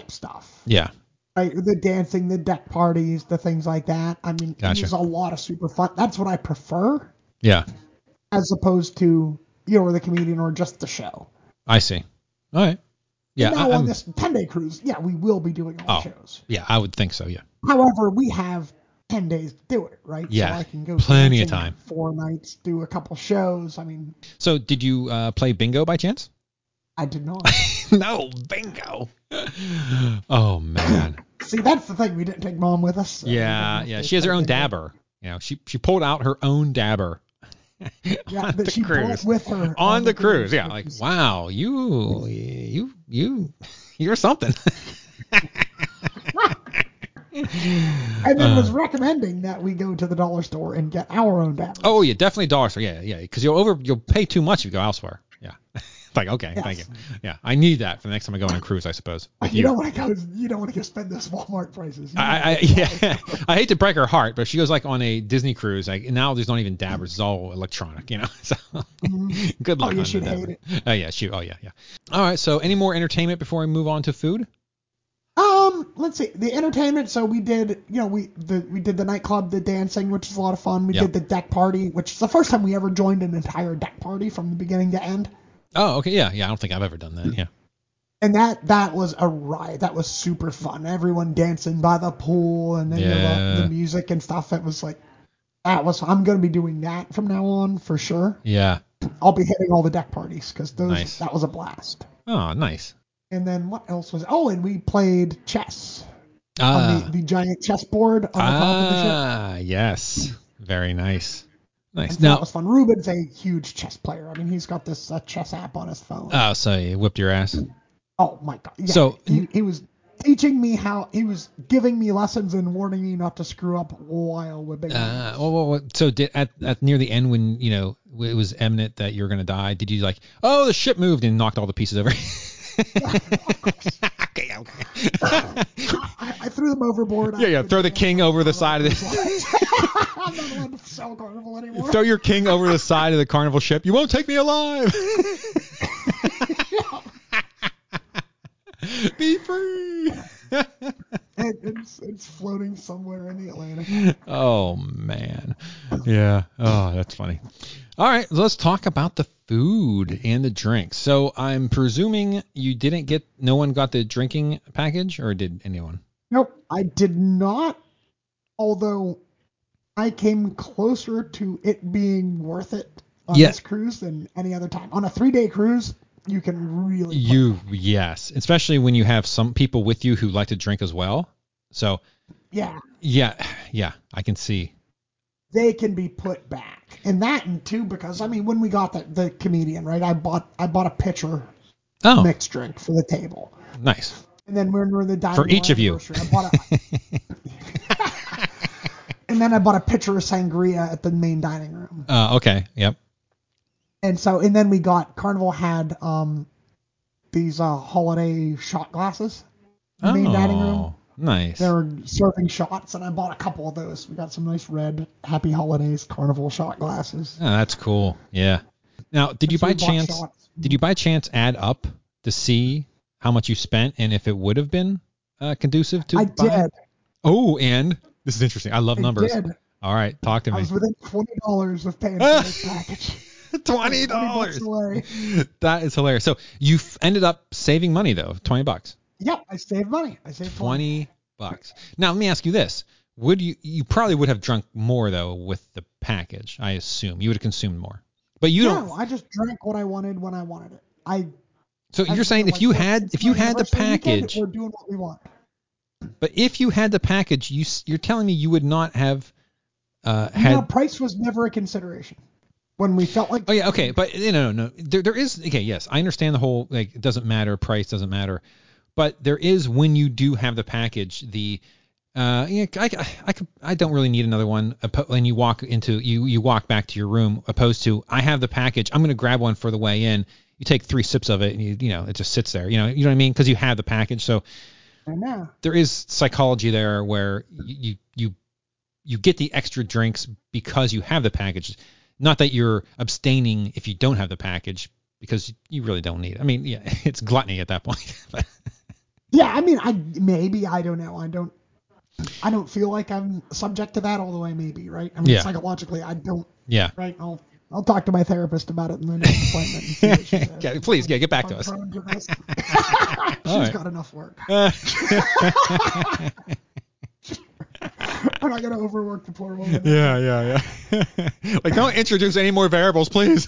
Speaker 3: stuff.
Speaker 2: Yeah.
Speaker 3: Right, the dancing, the deck parties, the things like that. I mean,
Speaker 2: Gotcha.
Speaker 3: there's a lot of super fun. That's what I prefer,
Speaker 2: Yeah.
Speaker 3: as opposed to you know, or the comedian or just the show.
Speaker 2: I see. All right. Yeah.
Speaker 3: now
Speaker 2: I,
Speaker 3: on
Speaker 2: I'm-
Speaker 3: this ten day cruise, yeah, we will be doing all
Speaker 2: Oh.
Speaker 3: shows.
Speaker 2: yeah. I would think so. Yeah.
Speaker 3: However, we have ten days to do it, right?
Speaker 2: Yeah,
Speaker 3: so I can go
Speaker 2: plenty of
Speaker 3: dancing
Speaker 2: time.
Speaker 3: Four nights, do a couple shows. I mean,
Speaker 2: So did you uh, play bingo by chance?
Speaker 3: I did not
Speaker 2: no, bingo. oh man.
Speaker 3: see. That's the thing. We didn't take mom with us. so we
Speaker 2: Yeah.
Speaker 3: didn't
Speaker 2: Yeah.
Speaker 3: have to
Speaker 2: She has her
Speaker 3: take
Speaker 2: own
Speaker 3: it.
Speaker 2: dabber. You know, she she pulled out her own dabber.
Speaker 3: Yeah,
Speaker 2: on
Speaker 3: that
Speaker 2: the
Speaker 3: she brought
Speaker 2: cruise.
Speaker 3: with her
Speaker 2: on the cruise. Yeah,
Speaker 3: which
Speaker 2: like
Speaker 3: is-
Speaker 2: wow, you you you you're something.
Speaker 3: and then
Speaker 2: uh,
Speaker 3: was recommending that we go to the dollar store and get our own dabber.
Speaker 2: oh yeah, definitely dollar store. Yeah, yeah, because you'll over you'll pay too much if you go elsewhere. Yeah. It's like okay, thank you.
Speaker 3: Yes.
Speaker 2: Yeah, I need that for the next time I go on a cruise, I suppose. With
Speaker 3: you
Speaker 2: you.
Speaker 3: don't want to go. You don't want to go spend those Walmart prices. You
Speaker 2: I, I
Speaker 3: know,
Speaker 2: yeah, I hate to break her heart, but if she goes like on a Disney cruise. Like now, there's not even dabbers; it's all electronic, you know. So, good luck
Speaker 3: yeah,
Speaker 2: on
Speaker 3: she'd
Speaker 2: the
Speaker 3: hate
Speaker 2: dabber. Oh yeah, she. Oh yeah, yeah. All right. So, any more entertainment before we move on to food?
Speaker 3: Um, let's see. The entertainment. So we did, you know, we the we did the nightclub, the dancing, which is a lot of fun. We
Speaker 2: Yeah.
Speaker 3: did the deck party, which is the first time we ever joined an entire deck party from the beginning to end.
Speaker 2: Oh, okay. Yeah, yeah. I don't think I've ever done that. Yeah.
Speaker 3: And that that was a riot. That was super fun. Everyone dancing by the pool, and then you know, the,
Speaker 2: Yeah.
Speaker 3: the music and stuff. It was like that was. I'm gonna be doing that from now on for sure.
Speaker 2: Yeah.
Speaker 3: I'll be hitting all the deck parties because those
Speaker 2: Nice.
Speaker 3: that was a blast.
Speaker 2: Oh, nice.
Speaker 3: And then what else was? Oh, and we played chess
Speaker 2: Ah,
Speaker 3: on the, the giant chessboard on the top of the ship.
Speaker 2: ah, yes. Very nice. Nice.
Speaker 3: And so that
Speaker 2: Now,
Speaker 3: was fun. Ruben's a huge chess player. I mean, he's got this uh, chess app on his phone.
Speaker 2: oh, so you whipped your ass.
Speaker 3: oh my god! Yeah,
Speaker 2: so-
Speaker 3: he, he was teaching me how he was giving me lessons and warning me not to screw up while whipping. my
Speaker 2: Uh,
Speaker 3: ass.
Speaker 2: well, well, well, so did at, at near the end when you know w- it was eminent that you were gonna die, did you like, oh, the ship moved and knocked all the pieces over? okay, okay.
Speaker 3: I, I threw them overboard. I
Speaker 2: yeah, yeah.
Speaker 3: couldn't
Speaker 2: Throw the
Speaker 3: handle
Speaker 2: king
Speaker 3: it.
Speaker 2: over the side of the,
Speaker 3: I'm not allowed to sell carnival anymore.
Speaker 2: throw your king over the side of the carnival ship. You won't take me alive. Be free.
Speaker 3: It- it's, it's floating somewhere in the Atlantic.
Speaker 2: oh man. Yeah. Oh, that's funny. All right, let's talk about the food and the drinks. So I'm presuming you didn't get no one got the drinking package or did anyone?
Speaker 3: Nope, I did not. Although I came closer to it being worth it on
Speaker 2: Yeah.
Speaker 3: this cruise than any other time. On a three-day cruise, you can really
Speaker 2: You yes, especially when you have some people with you who like to drink as well. So
Speaker 3: yeah,
Speaker 2: yeah, yeah, I can see.
Speaker 3: they can be put back, and that and two because I mean when we got the, the comedian right, I bought I bought a pitcher
Speaker 2: Oh,
Speaker 3: mixed drink for the table,
Speaker 2: nice.
Speaker 3: and then when we we're the dining
Speaker 2: For each of you.
Speaker 3: anniversary, I bought a, and then I bought a pitcher of sangria at the main dining room.
Speaker 2: Uh, okay. Yep.
Speaker 3: and so and then we got carnival had um these uh holiday shot glasses in the main dining room
Speaker 2: Oh, Nice.
Speaker 3: they were serving shots and i bought a couple of those we got some nice red happy holidays carnival shot glasses
Speaker 2: Oh, that's cool. Yeah. Now, did you
Speaker 3: So we
Speaker 2: by
Speaker 3: bought
Speaker 2: chance
Speaker 3: shots.
Speaker 2: did you by chance add up to see how much you spent and if it would have been uh, conducive to
Speaker 3: i
Speaker 2: buy?
Speaker 3: did
Speaker 2: Oh, and this is interesting. I love
Speaker 3: I
Speaker 2: numbers.
Speaker 3: did
Speaker 2: All right, talk to
Speaker 3: i
Speaker 2: me.
Speaker 3: was within 20 dollars of paying for this package
Speaker 2: Twenty
Speaker 3: 20
Speaker 2: dollars.
Speaker 3: away.
Speaker 2: That is hilarious. So you f- ended up saving money though, twenty bucks.
Speaker 3: yep i saved money i saved money.
Speaker 2: Twenty bucks. Now let me ask you this: Would you? You probably would have drunk more though with the package. I assume you would have consumed more. But you don't.
Speaker 3: no i just drank what i wanted when i wanted it i
Speaker 2: So
Speaker 3: I
Speaker 2: you're saying
Speaker 3: feel
Speaker 2: if you
Speaker 3: like
Speaker 2: had
Speaker 3: it's
Speaker 2: if you
Speaker 3: my
Speaker 2: had the
Speaker 3: anniversary weekend,
Speaker 2: package,
Speaker 3: we're doing what we want
Speaker 2: but if you had the package, you s- you're telling me you would not have uh,
Speaker 3: You know,
Speaker 2: had.
Speaker 3: price was never a consideration when we felt like
Speaker 2: Oh yeah, okay, but you know, no, no, there there is okay, yes, I understand the whole like it doesn't matter, price doesn't matter, but there is when you do have the package, the uh, yeah, I, I, I, could- I don't really need another one. oppo- And you walk into you you walk back to your room, opposed to I have the package, I'm gonna grab one for the way in. You take three sips of it, and you you know it just sits there. You know you know what I mean? Because you have the package, so
Speaker 3: I know.
Speaker 2: there is psychology there where you you you get the extra drinks because you have the package. Not that you're abstaining if you don't have the package because you really don't need it. I mean, yeah, it's gluttony at that point.
Speaker 3: yeah, I mean, I maybe I don't know. I don't. I don't feel like I'm subject to that, although I may be, right? I mean,
Speaker 2: Yeah.
Speaker 3: psychologically, I don't.
Speaker 2: yeah.
Speaker 3: Right? I'll I'll talk to my therapist about it in the next appointment. And see what she says.
Speaker 2: Okay, please, yeah, get back to
Speaker 3: I'm
Speaker 2: us.
Speaker 3: prone to this.
Speaker 2: All
Speaker 3: She's
Speaker 2: right.
Speaker 3: got enough work.
Speaker 2: Uh,
Speaker 3: I'm not gonna overwork the poor woman.
Speaker 2: yeah, yeah, yeah. like, don't introduce any more variables, please.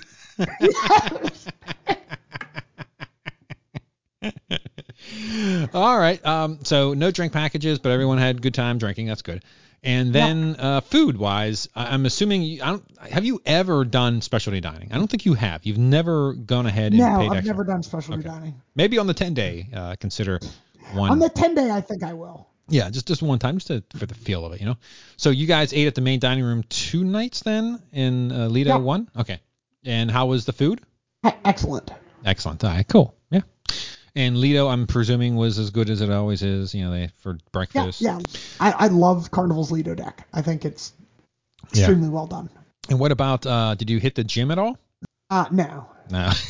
Speaker 2: All right. Um, so no drink packages, but everyone had good time drinking. That's good. And then uh, food wise, I- I'm assuming you, I don't, have you ever done specialty dining? I don't think you have. You've never gone ahead and
Speaker 3: No,
Speaker 2: paid
Speaker 3: I've
Speaker 2: extra.
Speaker 3: never done specialty
Speaker 2: Okay.
Speaker 3: dining.
Speaker 2: Maybe on the 10 day, uh, consider one.
Speaker 3: On the 10 day, I think I will.
Speaker 2: Yeah, just just one time, just to, for the feel of it, you know. So you guys ate at the main dining room two nights then, and uh, Lita
Speaker 3: Yeah.
Speaker 2: one. Okay. And how was the food?
Speaker 3: E- Excellent.
Speaker 2: Excellent. All right, cool. Yeah. And Lido, I'm presuming, was as good as it always is. You know, they for
Speaker 3: Yeah,
Speaker 2: breakfast.
Speaker 3: yeah. I, I love Carnival's Lido deck. I think it's
Speaker 2: Yeah.
Speaker 3: extremely well done.
Speaker 2: And what about? Uh, did you hit the gym at all?
Speaker 3: Uh, no,
Speaker 2: No.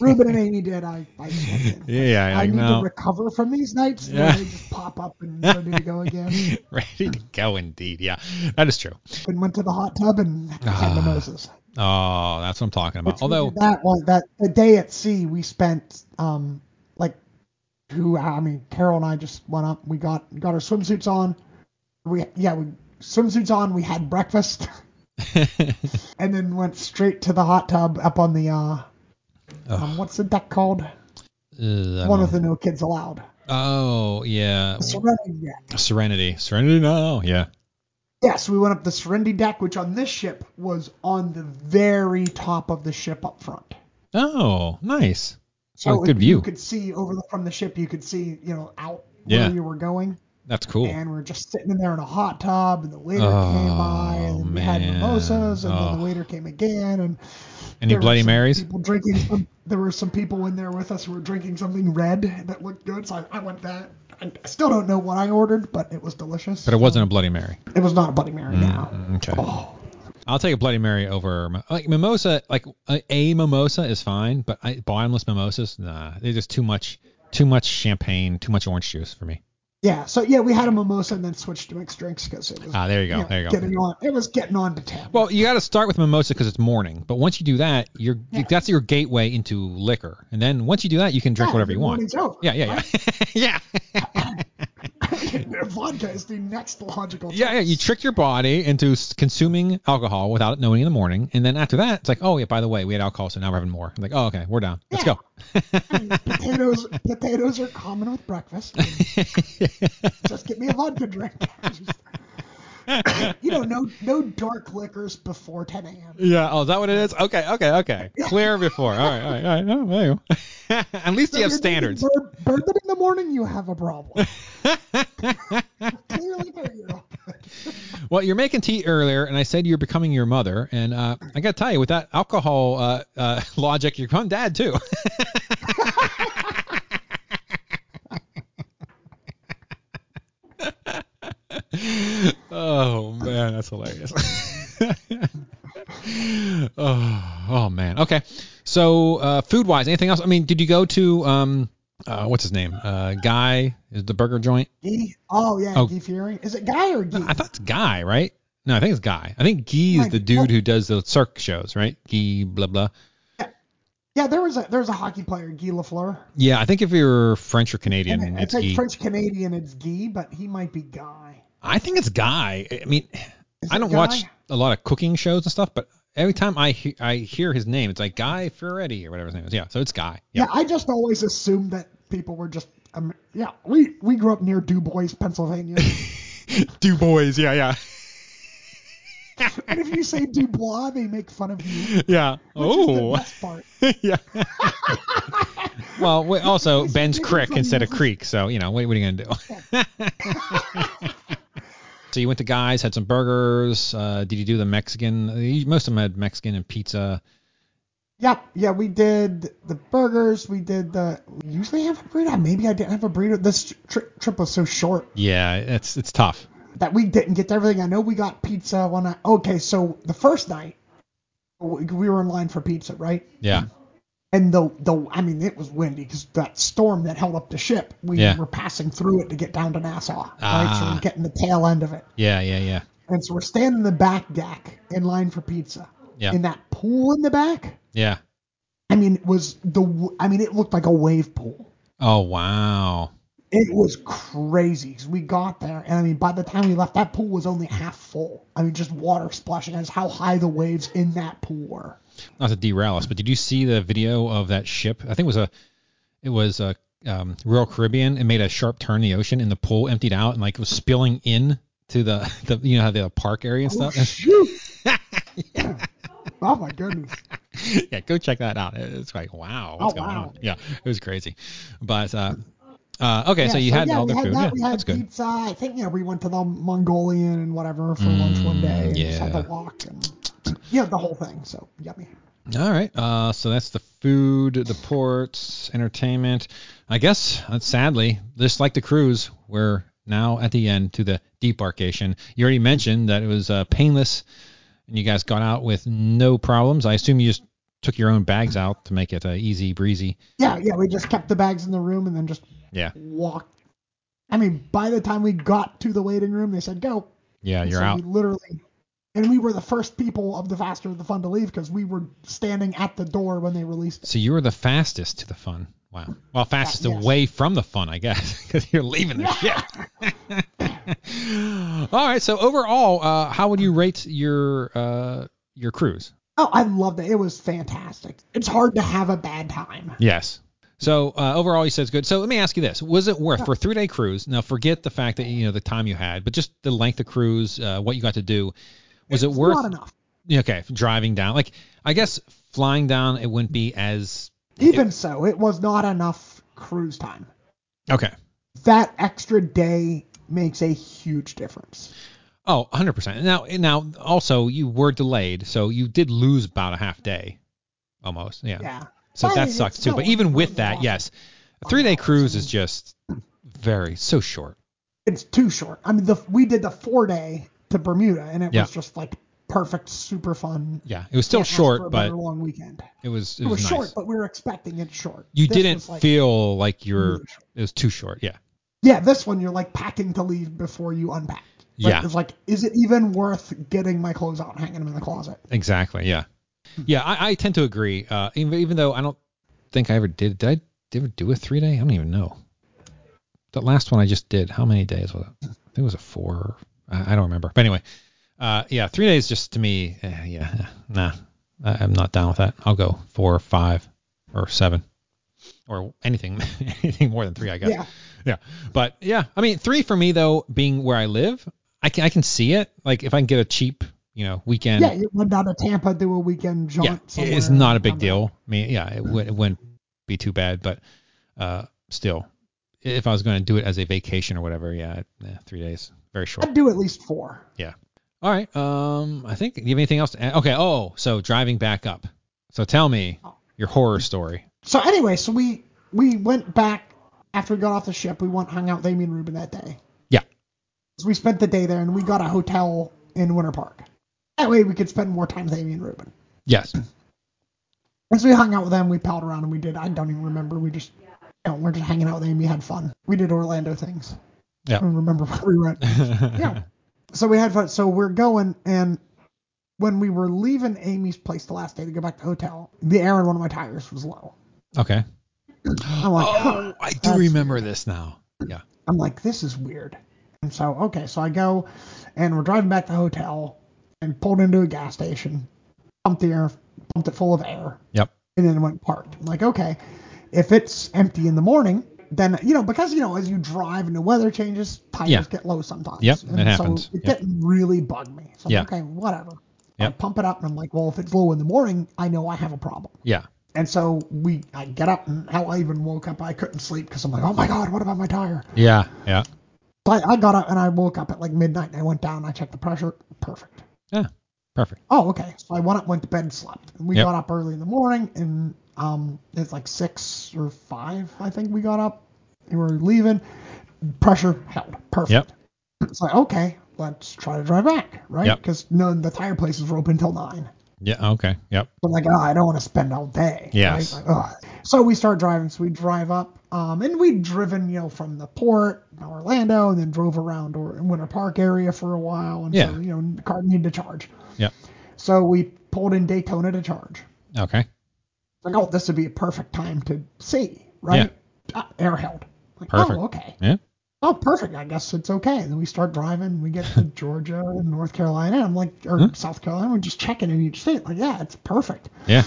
Speaker 3: Ruben and Amy did. I, I, slept in.
Speaker 2: yeah,
Speaker 3: I
Speaker 2: like,
Speaker 3: need
Speaker 2: no.
Speaker 3: to recover from these nights
Speaker 2: Yeah.
Speaker 3: where they just pop up and ready to go again.
Speaker 2: Ready to go, indeed. Yeah, that is true.
Speaker 3: and went to the hot tub and had
Speaker 2: Ah,
Speaker 3: mimosas.
Speaker 2: Oh, that's what I'm talking about.
Speaker 3: Which we
Speaker 2: Although,
Speaker 3: did that one, that the day at sea, we spent um like two. I mean, Carol and I just went up. We got got our swimsuits on. We yeah, we swimsuits on. We had breakfast and then went straight to the hot tub up on the uh um, what's the deck called?
Speaker 2: uh,
Speaker 3: One of the no kids allowed.
Speaker 2: oh yeah,
Speaker 3: The Serenity deck.
Speaker 2: Serenity, Serenity now. Yeah.
Speaker 3: Yes, we went up the Serenity deck, which on this ship was on the very top of the ship up front.
Speaker 2: Oh, nice. Oh,
Speaker 3: it-
Speaker 2: good view.
Speaker 3: You could see over the, from the ship. You could see, you know, out
Speaker 2: Yeah.
Speaker 3: where you were going,
Speaker 2: That's cool.
Speaker 3: and we are just sitting in there in a hot tub, and the waiter
Speaker 2: Oh,
Speaker 3: came by, and then we had
Speaker 2: man.
Speaker 3: mimosas, and then
Speaker 2: Oh.
Speaker 3: the waiter came again, and
Speaker 2: Any
Speaker 3: there were
Speaker 2: Bloody
Speaker 3: some
Speaker 2: Marys?
Speaker 3: People drinking. Some, there were some people in there with us who were drinking something red that looked good, so I, I went that. I still don't know what I ordered, but it was delicious.
Speaker 2: But it wasn't a Bloody Mary.
Speaker 3: It was not a Bloody Mary. now.
Speaker 2: Okay.
Speaker 3: Oh,
Speaker 2: I'll take a Bloody Mary over mi- like mimosa. Like a, a mimosa is fine, but I, bottomless mimosas, nah, they're just too much, too much champagne, too much orange juice for me.
Speaker 3: yeah. So yeah, we had a mimosa and then switched to mixed drinks because it was
Speaker 2: Ah, there you go,
Speaker 3: you know,
Speaker 2: there you go.
Speaker 3: getting on. It was getting on to ten.
Speaker 2: Well, you got to start with mimosa because it's morning. But once you do that, you're that's your gateway into liquor, and then once you do that, you can drink
Speaker 3: Yeah,
Speaker 2: whatever
Speaker 3: the
Speaker 2: you want.
Speaker 3: morning's over.
Speaker 2: Yeah, yeah, yeah, yeah.
Speaker 3: vodka is the next logical.
Speaker 2: Yeah, yeah, you trick your body into s- consuming alcohol without it knowing in the morning, and then after that, it's like, oh yeah, by the way, we had alcohol, so now we're having more. like, oh okay, we're down. Let's
Speaker 3: Yeah.
Speaker 2: go.
Speaker 3: potatoes. potatoes are common with breakfast. Just get me a vodka drink. you know, no no dark liquors before 10 a.m.
Speaker 2: Yeah. Oh, is that what it is? Okay. Okay. Okay. Clear before. All right. All right. All right. Oh, there you go. At least you have
Speaker 3: If you're drinking
Speaker 2: standards.
Speaker 3: Bourbon, bourbon in the morning, you have a problem. Clearly, there you go.
Speaker 2: Well, you're making tea earlier, and I said you're becoming your mother, and uh, I gotta tell you, with that alcohol uh, uh, logic, you're becoming dad too. oh man, that's hilarious. oh, oh man. Okay. So uh, food wise, anything else? I mean, did you go to um, uh, what's his name? Uh, Guy is the burger joint.
Speaker 3: Gee. Oh yeah,
Speaker 2: Oh.
Speaker 3: Guy Fieri. Is it Guy or Guy?
Speaker 2: I thought it's Guy, right? No, I think it's Guy. I think Guy is
Speaker 3: Right.
Speaker 2: the dude who does the Cirque shows, right? Guy, blah blah.
Speaker 3: yeah, there was a there was a hockey player, Guy Lafleur.
Speaker 2: Yeah, I think if you're French or Canadian,
Speaker 3: And I
Speaker 2: it's
Speaker 3: think
Speaker 2: Guy.
Speaker 3: French Canadian, it's Guy, but he might be Guy.
Speaker 2: I think it's Guy. I mean,
Speaker 3: Is
Speaker 2: I
Speaker 3: it
Speaker 2: don't
Speaker 3: Guy?
Speaker 2: watch a lot of cooking shows and stuff, but every time I he- I hear his name, it's like Guy Fieri or whatever his name is. Yeah, so it's Guy.
Speaker 3: Yeah,
Speaker 2: Yeah.
Speaker 3: I just always assumed that people were just. Um, yeah, we we grew up near Du Bois, Pennsylvania,
Speaker 2: Du Bois. Yeah, yeah,
Speaker 3: and if you say Du Bois, they make fun of you.
Speaker 2: yeah.
Speaker 3: Which is
Speaker 2: Oh.
Speaker 3: the best part.
Speaker 2: yeah. well, we, also
Speaker 3: It's
Speaker 2: Ben's
Speaker 3: different
Speaker 2: Crick
Speaker 3: from
Speaker 2: instead of
Speaker 3: nothing.
Speaker 2: Creek, so you know what, what are you gonna do? so you went to Guys, had some burgers. Uh, did you do the Mexican? you- Most of them had Mexican and pizza.
Speaker 3: Yep, yeah, we did the burgers. We did the. we Usually have a burrito. Maybe I didn't have a burrito. This tri- trip was so short
Speaker 2: Yeah, it's it's tough.
Speaker 3: that we didn't get to everything. I know we got pizza one night. Okay, so the first night, we we were in line for pizza, right?
Speaker 2: Yeah.
Speaker 3: and the the I mean it was windy because that storm that held up the ship we
Speaker 2: Yeah.
Speaker 3: were passing through it to get down to Nassau right so
Speaker 2: Ah.
Speaker 3: we're getting the tail end of it
Speaker 2: Yeah, yeah, yeah.
Speaker 3: and so we're standing in the back deck in line for pizza
Speaker 2: Yeah.
Speaker 3: in that pool in the back
Speaker 2: Yeah.
Speaker 3: I mean it was the w- I mean it looked like a wave pool
Speaker 2: Oh wow.
Speaker 3: it was crazy 'cause we got there and I mean by the time we left that pool was only half full I mean just water splashing that's how high the waves in that pool were
Speaker 2: Not to derail us, but did you see the video of that ship? I think it was a it was a um, Royal Caribbean. It made a sharp turn in the ocean, and the pool emptied out, and like was spilling in to the, the you know how the park area and
Speaker 3: oh,
Speaker 2: stuff.
Speaker 3: shoot. oh my goodness
Speaker 2: yeah, go check that out. It's like wow, what's
Speaker 3: Oh,
Speaker 2: going
Speaker 3: wow.
Speaker 2: on? Yeah, it was crazy. But uh, uh, okay,
Speaker 3: Yeah,
Speaker 2: so you had
Speaker 3: yeah,
Speaker 2: all
Speaker 3: we
Speaker 2: the
Speaker 3: had
Speaker 2: food.
Speaker 3: That,
Speaker 2: Yeah,
Speaker 3: we had
Speaker 2: that's good.
Speaker 3: pizza. I think yeah, we went to the Mongolian and whatever for lunch one day. And just had
Speaker 2: Mm, yeah.
Speaker 3: the walk and yeah, the whole thing. So yummy.
Speaker 2: All right. Uh, so that's the food, the ports, entertainment. I guess, uh, sadly, just like the cruise, we're now at the end to the debarkation. You already mentioned that it was uh, painless, and you guys got out with no problems. I assume you just took your own bags out to make it uh, easy breezy.
Speaker 3: Yeah, yeah. We just kept the bags in the room and then just
Speaker 2: Yeah.
Speaker 3: walked. I mean, by the time we got to the waiting room, they said go.
Speaker 2: Yeah,
Speaker 3: And
Speaker 2: you're
Speaker 3: so
Speaker 2: out.
Speaker 3: We literally, and we were the first people of the faster the fun to leave because we were standing at the door when they released. It.
Speaker 2: So you were the fastest to the fun. Wow. Well, fastest
Speaker 3: yes.
Speaker 2: away from the fun, I guess, because you're leaving the ship. All right. So overall, uh, how would you rate your uh, your cruise?
Speaker 3: Oh, I loved it. It was fantastic. It's hard to have a bad time.
Speaker 2: Yes. So uh, overall, you said it's good. So let me ask you this: Was it worth for a three-day cruise? Now, forget the fact that you know the time you had, but just the length of cruise, uh, what you got to do. Was it
Speaker 3: It's
Speaker 2: worth?
Speaker 3: not enough.
Speaker 2: yeah, Okay, driving down. Like I guess flying down, it wouldn't be as
Speaker 3: Even so, it was not enough cruise time.
Speaker 2: okay.
Speaker 3: that extra day makes a huge difference.
Speaker 2: Oh, 100%. Now, now, also, you were delayed, so you did lose about a half day, almost. Yeah.
Speaker 3: Yeah.
Speaker 2: So
Speaker 3: Well, I
Speaker 2: that
Speaker 3: mean, it's
Speaker 2: sucks too.
Speaker 3: still
Speaker 2: But even with
Speaker 3: important
Speaker 2: that,
Speaker 3: walk.
Speaker 2: yes, a three-day cruise is just very so short.
Speaker 3: It's too short. I mean, the we did the four day to Bermuda, and it
Speaker 2: Yeah.
Speaker 3: was just like perfect, super fun.
Speaker 2: Yeah, it was still
Speaker 3: Can't ask for a
Speaker 2: short, but
Speaker 3: better long weekend.
Speaker 2: it was it,
Speaker 3: It was,
Speaker 2: nice.
Speaker 3: short, but we were expecting it short.
Speaker 2: you
Speaker 3: This
Speaker 2: didn't
Speaker 3: was like-
Speaker 2: feel like you're
Speaker 3: really short.
Speaker 2: it was too short. Yeah.
Speaker 3: Yeah, this one you're like packing to leave before you unpack. Like,
Speaker 2: Yeah.
Speaker 3: It's like, is it even worth getting my clothes out and hanging them in the closet?
Speaker 2: Exactly. Yeah. Yeah, I, I tend to agree. Uh, even, even though I don't think I ever did. Did I ever do a three day? I don't even know. The last one I just did. How many days was it? I think it was a four. I, I don't remember. But anyway, uh, yeah, three days just to me. eh, yeah, eh, nah, I, I'm not down with that. I'll go four or five or seven or anything, anything more than three, I guess.
Speaker 3: Yeah.
Speaker 2: Yeah. But yeah, I mean, three for me though, being where I live, I can I can see it. Like if I can get a cheap, you know, weekend
Speaker 3: yeah, you went down to Tampa, do a weekend jaunt.
Speaker 2: yeah,
Speaker 3: somewhere
Speaker 2: it's not a
Speaker 3: and
Speaker 2: big
Speaker 3: come back.
Speaker 2: deal. I mean, yeah, it, would, it wouldn't be too bad, but uh, still, if I was going to do it as a vacation or whatever, yeah, eh, three days, very short.
Speaker 3: I'd do at least four.
Speaker 2: All right. Um, I think. Do you have anything else? To add? Okay. Oh, so driving back up. So tell me your horror story.
Speaker 3: so anyway, so we we went back after we got off the ship. We went hung out with Amy and Ruben that day.
Speaker 2: Yeah.
Speaker 3: So we spent the day there, and we got a hotel in Winter Park. That way we could spend more time with Amy and Ruben.
Speaker 2: Yes.
Speaker 3: As we hung out with them, we palled around and we did. I don't even remember. We just, you know, we're just hanging out with Amy, had fun. We did Orlando things.
Speaker 2: Yeah.
Speaker 3: I don't remember where we went. yeah. So we had fun. So we're going, and when we were leaving Amy's place the last day to go back to the hotel, the air in one of my tires was low.
Speaker 2: Okay.
Speaker 3: I'm like, huh.
Speaker 2: Oh, I do
Speaker 3: That's-
Speaker 2: remember this now. Yeah.
Speaker 3: I'm like, this is weird. And so, okay, so I go and we're driving back to the hotel and pulled into a gas station, pumped the air, pumped it full of air,
Speaker 2: Yep.
Speaker 3: and then went and parked. I'm like, okay, if it's empty in the morning, then, you know, because, you know, as you drive and the weather changes, tires
Speaker 2: Yeah.
Speaker 3: get low sometimes.
Speaker 2: Yep,
Speaker 3: and
Speaker 2: it happens.
Speaker 3: So it
Speaker 2: Yep.
Speaker 3: didn't really bug me. So, I'm
Speaker 2: Yeah.
Speaker 3: okay, whatever. I
Speaker 2: Yep.
Speaker 3: pump it up and I'm like, well, if it's low in the morning, I know I have a problem.
Speaker 2: Yeah.
Speaker 3: And so we, I get up and how I even woke up, I couldn't sleep because I'm like, oh my God, what about my tire?
Speaker 2: Yeah. Yeah.
Speaker 3: So I, I got up and I woke up at like midnight and I went down and I checked the pressure. Perfect.
Speaker 2: Yeah. Perfect.
Speaker 3: Oh, okay. So I went up, went to bed, and slept. And we
Speaker 2: Yep.
Speaker 3: got up early in the morning and um, it's like six or five, I think we got up. We were leaving. Pressure held. Perfect.
Speaker 2: Yep.
Speaker 3: It's like, okay, let's try to drive back, right?
Speaker 2: Yep.
Speaker 3: Because no, the tire places were open until nine.
Speaker 2: Yeah. Okay. Yep.
Speaker 3: I'm like, oh, I don't want to spend all day.
Speaker 2: Yes.
Speaker 3: Right? Like, oh. So we start driving. So we drive up, um, and we'd driven, you know, from the port in Orlando, and then drove around or Winter Park area for a while, and
Speaker 2: Yeah.
Speaker 3: so you know, the car needed to charge.
Speaker 2: Yep.
Speaker 3: So we pulled in Daytona to charge.
Speaker 2: Okay.
Speaker 3: Like, oh, this would be a perfect time to see, right? Ah, air held. Like,
Speaker 2: Perfect.
Speaker 3: oh, okay.
Speaker 2: Yeah.
Speaker 3: Oh, perfect. I guess it's okay. And then we start driving. We get to Georgia and North Carolina. I'm like, or
Speaker 2: Hmm?
Speaker 3: South Carolina. We're just checking in each state. Like, yeah, it's perfect.
Speaker 2: Yeah.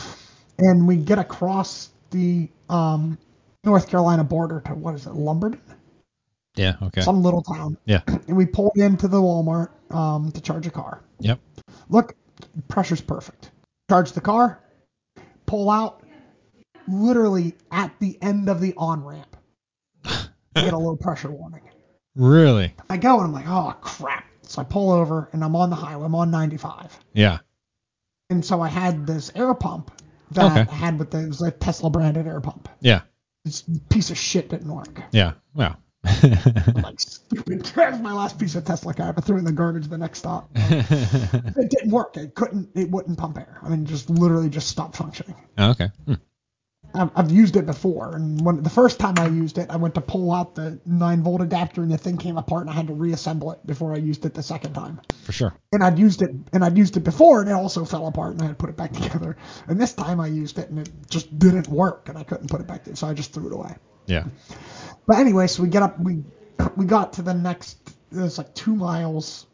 Speaker 3: And we get across the um, North Carolina border to what is it, Lumberton,
Speaker 2: Yeah. Okay.
Speaker 3: some little town.
Speaker 2: Yeah.
Speaker 3: And we pulled into the Walmart um, to charge a car.
Speaker 2: Yep.
Speaker 3: Look, pressure's perfect. Charge the car, pull out. Literally at the end of the on ramp, I get a low pressure warning.
Speaker 2: Really.
Speaker 3: I go and I'm like, oh crap. So I pull over and I'm on the highway. I'm on 95.
Speaker 2: Yeah.
Speaker 3: And so I had this air pump that
Speaker 2: Okay.
Speaker 3: I had with the, it was a Tesla branded air pump.
Speaker 2: Yeah.
Speaker 3: This piece of shit didn't work.
Speaker 2: Yeah. Well.
Speaker 3: I'm like, stupid. That was my last piece of Tesla car. I threw it in the garbage the next stop. It didn't work. It couldn't, it wouldn't pump air. I mean, just literally just stopped functioning.
Speaker 2: okay. Hmm.
Speaker 3: I've, I've used it before. And when the first time I used it, I went to pull out the 9 volt adapter and the thing came apart and I had to reassemble it before I used it the second time.
Speaker 2: For sure.
Speaker 3: and I'd used it and I'd used it before and it also fell apart and I had to put it back together. And this time I used it and it just didn't work and I couldn't put it back together, so I just threw it away.
Speaker 2: Yeah.
Speaker 3: But anyway, so we get up we we got to the next it was like two miles.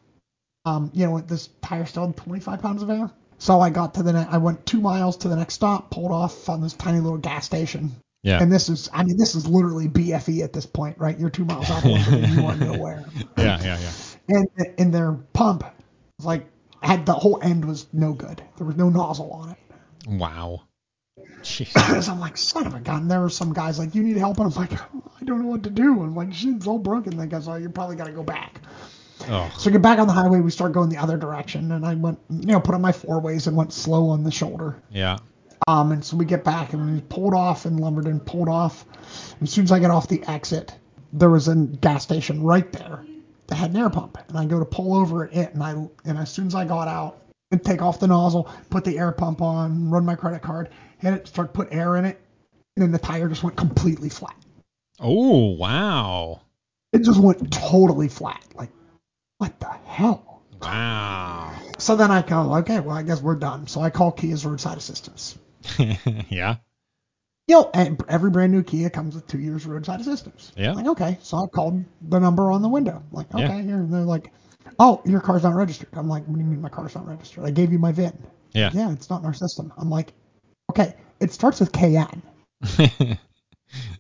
Speaker 3: Um, you know, with this tire still had 25 pounds of air. So I got to the ne- I went two miles to the next stop, pulled off on this tiny little gas station.
Speaker 2: Yeah.
Speaker 3: And this is, I mean, this is literally BFE at this point, right? You're two miles out of London and you are nowhere
Speaker 2: yeah. Yeah. Yeah.
Speaker 3: and and their pump like had the whole end was no good. There was no nozzle on it.
Speaker 2: Wow. Jeez.
Speaker 3: So I'm like, son of a gun. There were some guys like, you need help, and I'm like, I don't know what to do. I'm like, shit, it's all broken. Like, I was like, you probably gotta go back.
Speaker 2: Oh.
Speaker 3: So we get back on the highway. We start going the other direction, and I went, you know, put on my four ways and went slow on the shoulder.
Speaker 2: Yeah.
Speaker 3: Um, and so we get back and we pulled off in Lumberton, pulled off. And as soon as I get off the exit, there was a gas station right there that had an air pump. And I go to pull over at it, and I and as soon as I got out and take off the nozzle, put the air pump on, run my credit card, hit it, start put air in it, and then the tire just went completely flat.
Speaker 2: Oh. Wow.
Speaker 3: It just went totally flat. Like, what the hell?
Speaker 2: Wow.
Speaker 3: So then I go, okay, well I guess we're done. So I call Kia's roadside assistance.
Speaker 2: yeah.
Speaker 3: you know, and every brand new Kia comes with two years roadside assistance.
Speaker 2: Yeah.
Speaker 3: Like, okay. So I called the number on the window. Like, okay,
Speaker 2: Yeah.
Speaker 3: here. And they're like, oh, your car's not registered. I'm like, what do you mean my car's not registered? I gave you my VIN.
Speaker 2: Yeah.
Speaker 3: Yeah, it's not in our system. I'm like, okay, it starts with KN.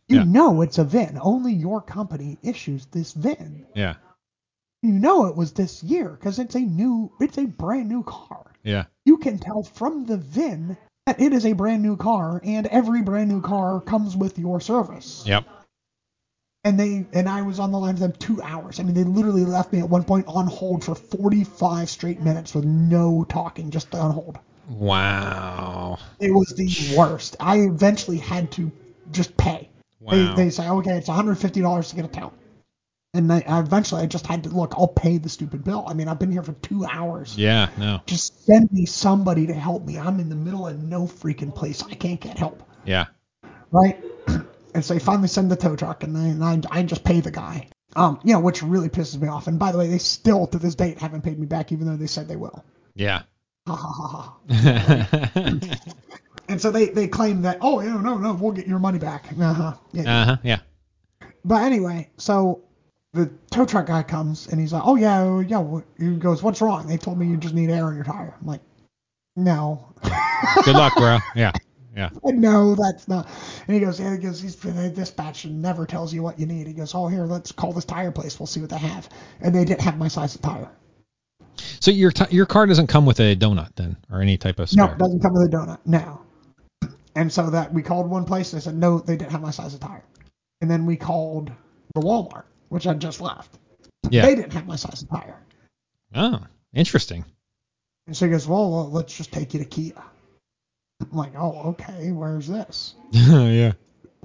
Speaker 3: You
Speaker 2: Yeah.
Speaker 3: know it's a VIN. Only your company issues this VIN.
Speaker 2: yeah.
Speaker 3: You know it was this year because it's a new, it's a brand new car.
Speaker 2: Yeah.
Speaker 3: you can tell from the VIN that it is a brand new car, and every brand new car comes with your service.
Speaker 2: Yep.
Speaker 3: And they and I was on the line with them two hours. I mean, they literally left me at one point on hold for 45 straight minutes with no talking, just on hold.
Speaker 2: Wow.
Speaker 3: It was the worst. I eventually had to just pay.
Speaker 2: Wow.
Speaker 3: They, they say, okay, it's $150 to get a tow. And I, I eventually, I just had to look. I'll pay the stupid bill. I mean, I've been here for two hours
Speaker 2: yeah. No.
Speaker 3: just send me somebody to help me. I'm in the middle of no freaking place. I can't get help,
Speaker 2: Yeah.
Speaker 3: right? and so they finally send the tow truck, and, I, and I, I just pay the guy. Um, you know, which really pisses me off. And by the way, they still to this date haven't paid me back, even though they said they will.
Speaker 2: Yeah.
Speaker 3: Ha ha ha ha.
Speaker 2: uh
Speaker 3: And so they they claim that oh no no no we'll get your money back. Uh huh. Yeah.
Speaker 2: huh. Yeah.
Speaker 3: But anyway, so the tow truck guy comes and he's like, "Oh yeah, oh, yeah." what-" He goes, "What's wrong?" They told me you just need air in your tire. I'm like, "No,
Speaker 2: Good luck, bro. Yeah. Yeah.
Speaker 3: no, that's not. And he goes, yeah, he goes, he's the dispatch and never tells you what you need. He goes, oh, here, let's call this tire place. We'll see what they have. And they didn't have my size of tire.
Speaker 2: So your t- your car doesn't come with a donut then, or any type of
Speaker 3: No,
Speaker 2: spare.
Speaker 3: it doesn't come with a donut. No. And so that we called one place. They said, no, they didn't have my size of tire. And then we called the Walmart, which I just left.
Speaker 2: yeah.
Speaker 3: They didn't have my size of tire.
Speaker 2: Oh, interesting.
Speaker 3: And so he goes, well, well, let's just take you to Kia. I'm like, oh, okay, where's this?
Speaker 2: yeah.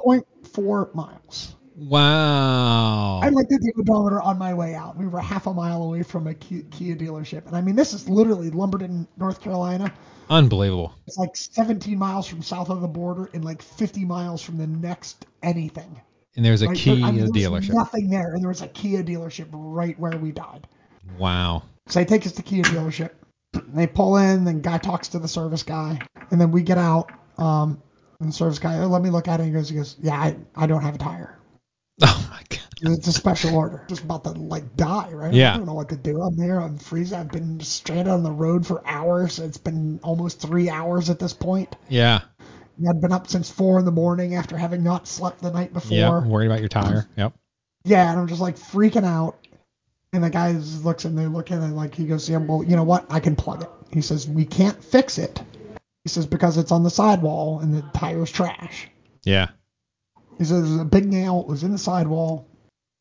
Speaker 3: 0.4 miles.
Speaker 2: Wow.
Speaker 3: I looked at the odometer on my way out. We were half a mile away from a Kia dealership. And I mean, this is literally Lumberton, North Carolina.
Speaker 2: Unbelievable.
Speaker 3: It's like 17 miles from south of the border and like 50 miles from the next anything.
Speaker 2: And there's a
Speaker 3: right?
Speaker 2: Kia
Speaker 3: There- I mean, there was
Speaker 2: dealership.
Speaker 3: Nothing there. And there was a Kia dealership right where we died.
Speaker 2: Wow.
Speaker 3: So they take us to Kia dealership. They pull in, then guy talks to the service guy, and then we get out. Um, and the service guy, oh, let me look at it. He goes, he goes, yeah, I, I don't have a tire.
Speaker 2: Oh my god.
Speaker 3: It's a special order. Just about to like die, right?
Speaker 2: Yeah.
Speaker 3: I don't know what to do. I'm there. I'm freezing. I've been stranded on the road for hours. It's been almost three hours at this point.
Speaker 2: Yeah.
Speaker 3: And I'd been up since four in the morning after having not slept the night before.
Speaker 2: Yeah. Worried about your tire. Yep.
Speaker 3: Yeah, and I'm just like freaking out. And the guy just looks and they look at it like he goes, yeah, well, you know what? I can plug it. He says, we can't fix it. He says because it's on the sidewall and the tire's trash.
Speaker 2: Yeah.
Speaker 3: He says "There's a big nail it was in the sidewall.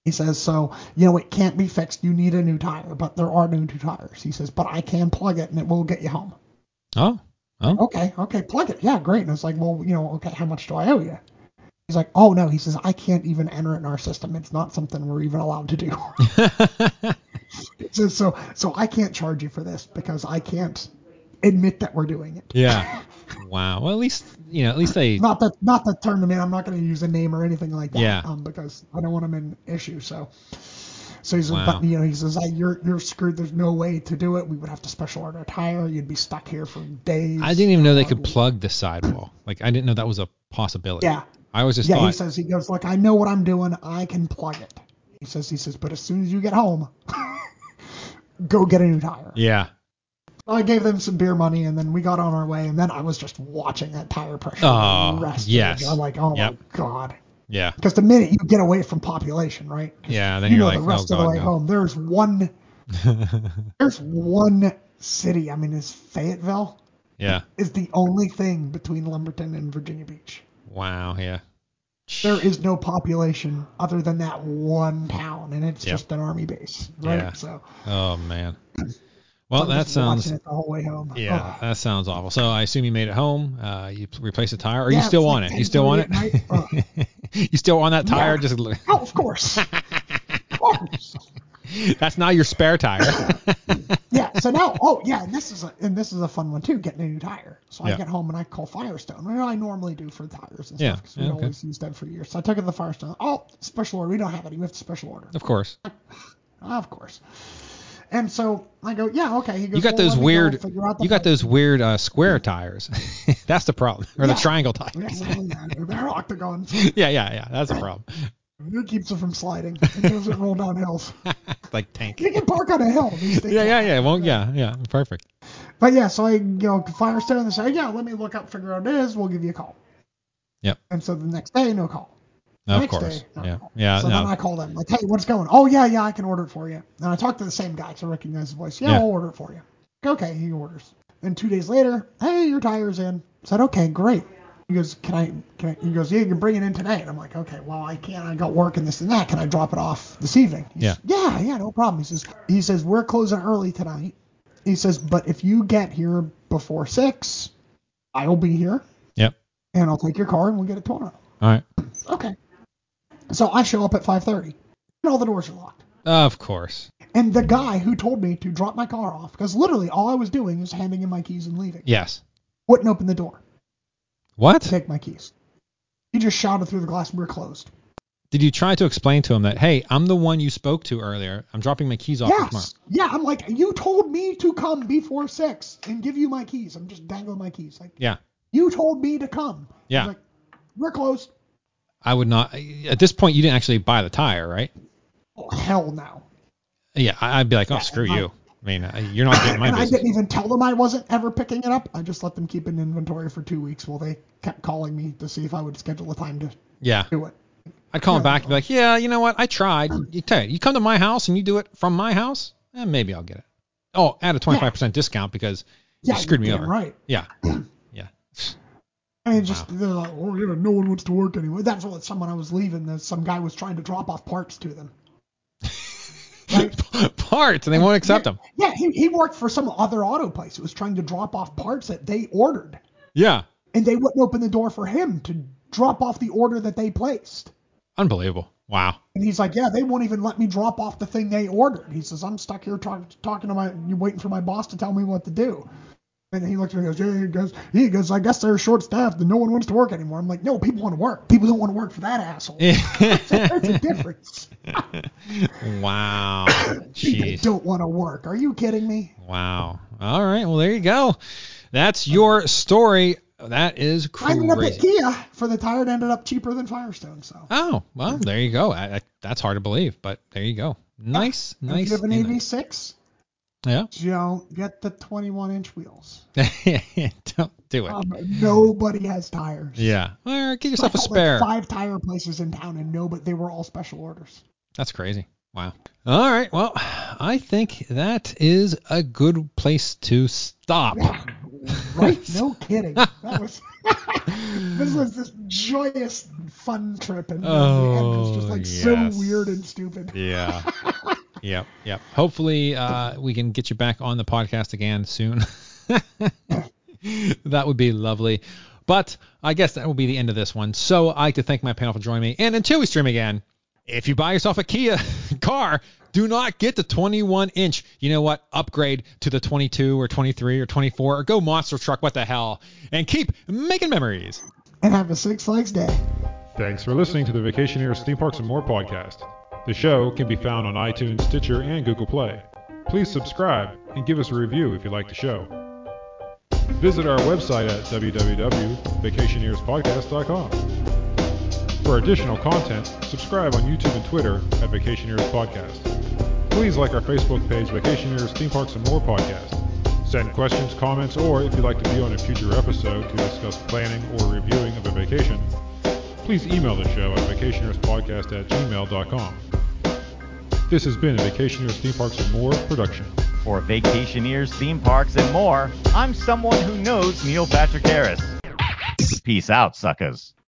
Speaker 3: He says so you know it can't be fixed. You need a new tire, but there are no new tires. He says, but I can plug it and it will get you home.
Speaker 2: Oh. Oh.
Speaker 3: Okay, okay, plug it. Yeah, great. And it's like, well, you know, okay, how much do I owe you? He's like, oh no. He says I can't even enter it in our system. It's not something we're even allowed to do. So, so so I can't charge you for this because I can't admit that we're doing it.
Speaker 2: yeah. Wow. Well, at least you know. At least they.
Speaker 3: Not that not that term to me. I'm not going to use a name or anything like that.
Speaker 2: Yeah.
Speaker 3: Um, because I don't want him in issue. So. So he's
Speaker 2: Wow.
Speaker 3: but, you know he says "Hey, you're you're screwed. There's no way to do it. We would have to special order a tire. You'd be stuck here for days.
Speaker 2: I didn't even know they could plug the sidewall. Like I didn't know that was a possibility.
Speaker 3: Yeah.
Speaker 2: I was just
Speaker 3: Yeah. He
Speaker 2: thought.
Speaker 3: says he goes like I know what I'm doing. I can plug it. He says he says but as soon as you get home, go get a new tire.
Speaker 2: yeah.
Speaker 3: I gave them some beer money, and then we got on our way, and then I was just watching that tire pressure.
Speaker 2: Oh,
Speaker 3: the rest of
Speaker 2: yes.
Speaker 3: the day. I'm like, oh
Speaker 2: Yep.
Speaker 3: my god.
Speaker 2: Yeah.
Speaker 3: Because the minute you get away from population, right?
Speaker 2: Yeah. Then
Speaker 3: You
Speaker 2: you're
Speaker 3: know,
Speaker 2: like,
Speaker 3: the
Speaker 2: oh
Speaker 3: rest of the
Speaker 2: god.
Speaker 3: way
Speaker 2: No.
Speaker 3: home, there's one, there's one city. I mean, it's Fayetteville
Speaker 2: yeah.
Speaker 3: is the only thing between Lumberton and Virginia Beach.
Speaker 2: Wow. Yeah.
Speaker 3: There is no population other than that one town, and it's
Speaker 2: Yep.
Speaker 3: just an army base, right?
Speaker 2: Yeah.
Speaker 3: So
Speaker 2: Oh man. Well,
Speaker 3: I'm
Speaker 2: that
Speaker 3: just watching
Speaker 2: sounds.
Speaker 3: it the whole way home.
Speaker 2: Yeah,
Speaker 3: Oh.
Speaker 2: that sounds awful. So I assume you made it home. Uh, you p- replaced the tire, or
Speaker 3: Yeah,
Speaker 2: you still
Speaker 3: it's
Speaker 2: on
Speaker 3: like
Speaker 2: it? You still on it?
Speaker 3: 10:30 at night.
Speaker 2: you still on that tire?
Speaker 3: Yeah.
Speaker 2: Just look-
Speaker 3: Oh, of course. of course.
Speaker 2: that's now your spare tire.
Speaker 3: yeah. So now, oh yeah, and this is a, and this is a fun one too. Getting a new tire. So
Speaker 2: Yeah.
Speaker 3: I get home and I call Firestone. You know, I normally do for tires and
Speaker 2: Yeah,
Speaker 3: stuff because we
Speaker 2: yeah, okay.
Speaker 3: always use them for years. So I took it to the Firestone. Oh, special order. We don't have any. We have to special order. Ah,
Speaker 2: of course.
Speaker 3: of course. And so I go, yeah, okay. He goes,
Speaker 2: You got
Speaker 3: "Well,
Speaker 2: those
Speaker 3: let me go
Speaker 2: weird.
Speaker 3: figure out the
Speaker 2: You got
Speaker 3: price."
Speaker 2: those weird uh, square tires. that's the problem, or the
Speaker 3: Yeah.
Speaker 2: triangle tires.
Speaker 3: Yeah, yeah, They're octagons.
Speaker 2: yeah, yeah, yeah. That's a problem.
Speaker 3: It keeps it from sliding. It doesn't roll down hills.
Speaker 2: It's like tank.
Speaker 3: You can park on a hill. These things
Speaker 2: Yeah, yeah, yeah. Well, yeah, yeah. Perfect.
Speaker 3: But yeah, so I you know Firestone and say, yeah, let me look up, figure out what it is. We'll give you a call.
Speaker 2: Yep.
Speaker 3: And so the next day, no call. The
Speaker 2: Of
Speaker 3: next
Speaker 2: course.
Speaker 3: day, no
Speaker 2: Yeah,
Speaker 3: call.
Speaker 2: yeah.
Speaker 3: So then I
Speaker 2: No.
Speaker 3: call them like, hey, what's going? Oh yeah, yeah, I can order it for you. And I talk to the same guy because I recognize his voice. Yeah,
Speaker 2: Yeah.
Speaker 3: I'll order it for you. Okay, he orders. And two days later, hey, your tire's in. I said, okay, great. He goes, can I? Can I? He goes, yeah, you can bring it in today. And I'm like, okay, well, I can't. I got work and this and that. Can I drop it off this evening? He
Speaker 2: Yeah.
Speaker 3: says, yeah, yeah, no problem. He says, he says we're closing early tonight. He says, but if you get here before six, I will be here
Speaker 2: Yep.
Speaker 3: and I'll take your car and we'll get it torn up.
Speaker 2: All right.
Speaker 3: Okay. So I show up at 5:30, and all the doors are locked.
Speaker 2: Of course.
Speaker 3: And the guy who told me to drop my car off, because literally all I was doing was handing him my keys and leaving,
Speaker 2: Yes.
Speaker 3: wouldn't open the door.
Speaker 2: What?
Speaker 3: Take my keys. He just shouted through the glass, "We're closed."
Speaker 2: Did you try to explain to him that, hey, I'm the one you spoke to earlier. I'm dropping my keys off tomorrow.
Speaker 3: Yes. Yeah. I'm like, you told me to come before six and give you my keys. I'm just dangling my keys. Like,
Speaker 2: Yeah.
Speaker 3: you told me to come. He's
Speaker 2: Yeah.
Speaker 3: like, we're closed.
Speaker 2: I would not. At this point, you didn't actually buy the tire, right?
Speaker 3: Oh, hell no.
Speaker 2: Yeah. I- I'd be like, oh, screw
Speaker 3: I-
Speaker 2: you. I mean, uh, you're not getting my
Speaker 3: and I
Speaker 2: business.
Speaker 3: didn't even tell them I wasn't ever picking it up. I just let them keep an inventory for two weeks while they kept calling me to see if I would schedule a time to
Speaker 2: Yeah.
Speaker 3: do it.
Speaker 2: I'd call him
Speaker 3: Yeah.
Speaker 2: back and be like, yeah, you know what? I tried. You tell you, you come to my house and you do it from my house, eh, maybe I'll get it. Oh, at a 25% discount because
Speaker 3: Yeah,
Speaker 2: you screwed me
Speaker 3: you're
Speaker 2: over.
Speaker 3: damn Right.
Speaker 2: Yeah. Yeah.
Speaker 3: I mean, just they're like, oh, yeah, no one wants to work anyway. That's what someone I was leaving. That some guy was trying to drop off parts to them.
Speaker 2: Parts, and they won't accept them.
Speaker 3: Yeah, he, he worked for some other auto place. who was trying to drop off parts that they ordered,
Speaker 2: Yeah.
Speaker 3: and they wouldn't open the door for him to drop off the order that they placed.
Speaker 2: Unbelievable. Wow.
Speaker 3: And he's like, yeah, they won't even let me drop off the thing they ordered. He says, I'm stuck here talk, talking to my, waiting for my boss to tell me what to do. And he looks at me and goes, yeah, he goes, he goes, I guess they're short staffed and no one wants to work anymore. I'm like, no, people want to work. People don't want to work for that asshole. There's a difference.
Speaker 2: wow.
Speaker 3: people don't want to work. Are you kidding me?
Speaker 2: Wow. All right. Well, there you go. That's your story. That is crazy. I ended
Speaker 3: up at Kia for the tire. It ended up cheaper than Firestone. So.
Speaker 2: Oh well, there you go. I, I, that's hard to believe, but there you go. Nice,
Speaker 3: yeah.
Speaker 2: nice.
Speaker 3: If you have an AV6,
Speaker 2: yeah.
Speaker 3: Don't get the 21 inch wheels.
Speaker 2: Don't do it.
Speaker 3: Um, nobody has tires.
Speaker 2: Yeah. Or get yourself a spare.
Speaker 3: Like five tire places in town, and no, but they were all special orders.
Speaker 2: That's crazy. Wow. All right. Well, I think that is a good place to stop.
Speaker 3: Yeah. Right? no kidding. That was this was this joyous fun trip, and
Speaker 2: oh,
Speaker 3: it was just like
Speaker 2: yes.
Speaker 3: so weird and stupid.
Speaker 2: Yeah. Yep, yep. Hopefully, uh, we can get you back on the podcast again soon. that would be lovely. But I guess that will be the end of this one. So I'd like to thank my panel for joining me. And until we stream again, if you buy yourself a Kia car, do not get the 21 inch. You know what? Upgrade to the 22 or 23 or 24 or go monster truck. What the hell? And keep making memories.
Speaker 3: And have a Six Flags day.
Speaker 1: Thanks for listening to the Vacationers, Theme Parks, and More podcast. The show can be found on iTunes, Stitcher, and Google Play. Please subscribe and give us a review if you like the show. Visit our website at www.vacationeerspodcast.com. For additional content, subscribe on YouTube and Twitter at Vacationeers Podcast. Please like our Facebook page, Vacationeers Theme Parks and More Podcast. Send questions, comments, or if you'd like to be on a future episode to discuss planning or reviewing of a vacation, please email the show at vacationerspodcast at gmail.com. This has been a Vacationers Theme Parks and More production.
Speaker 4: For Vacationers Theme Parks and More, I'm someone who knows Neil Patrick Harris. Peace out, suckers.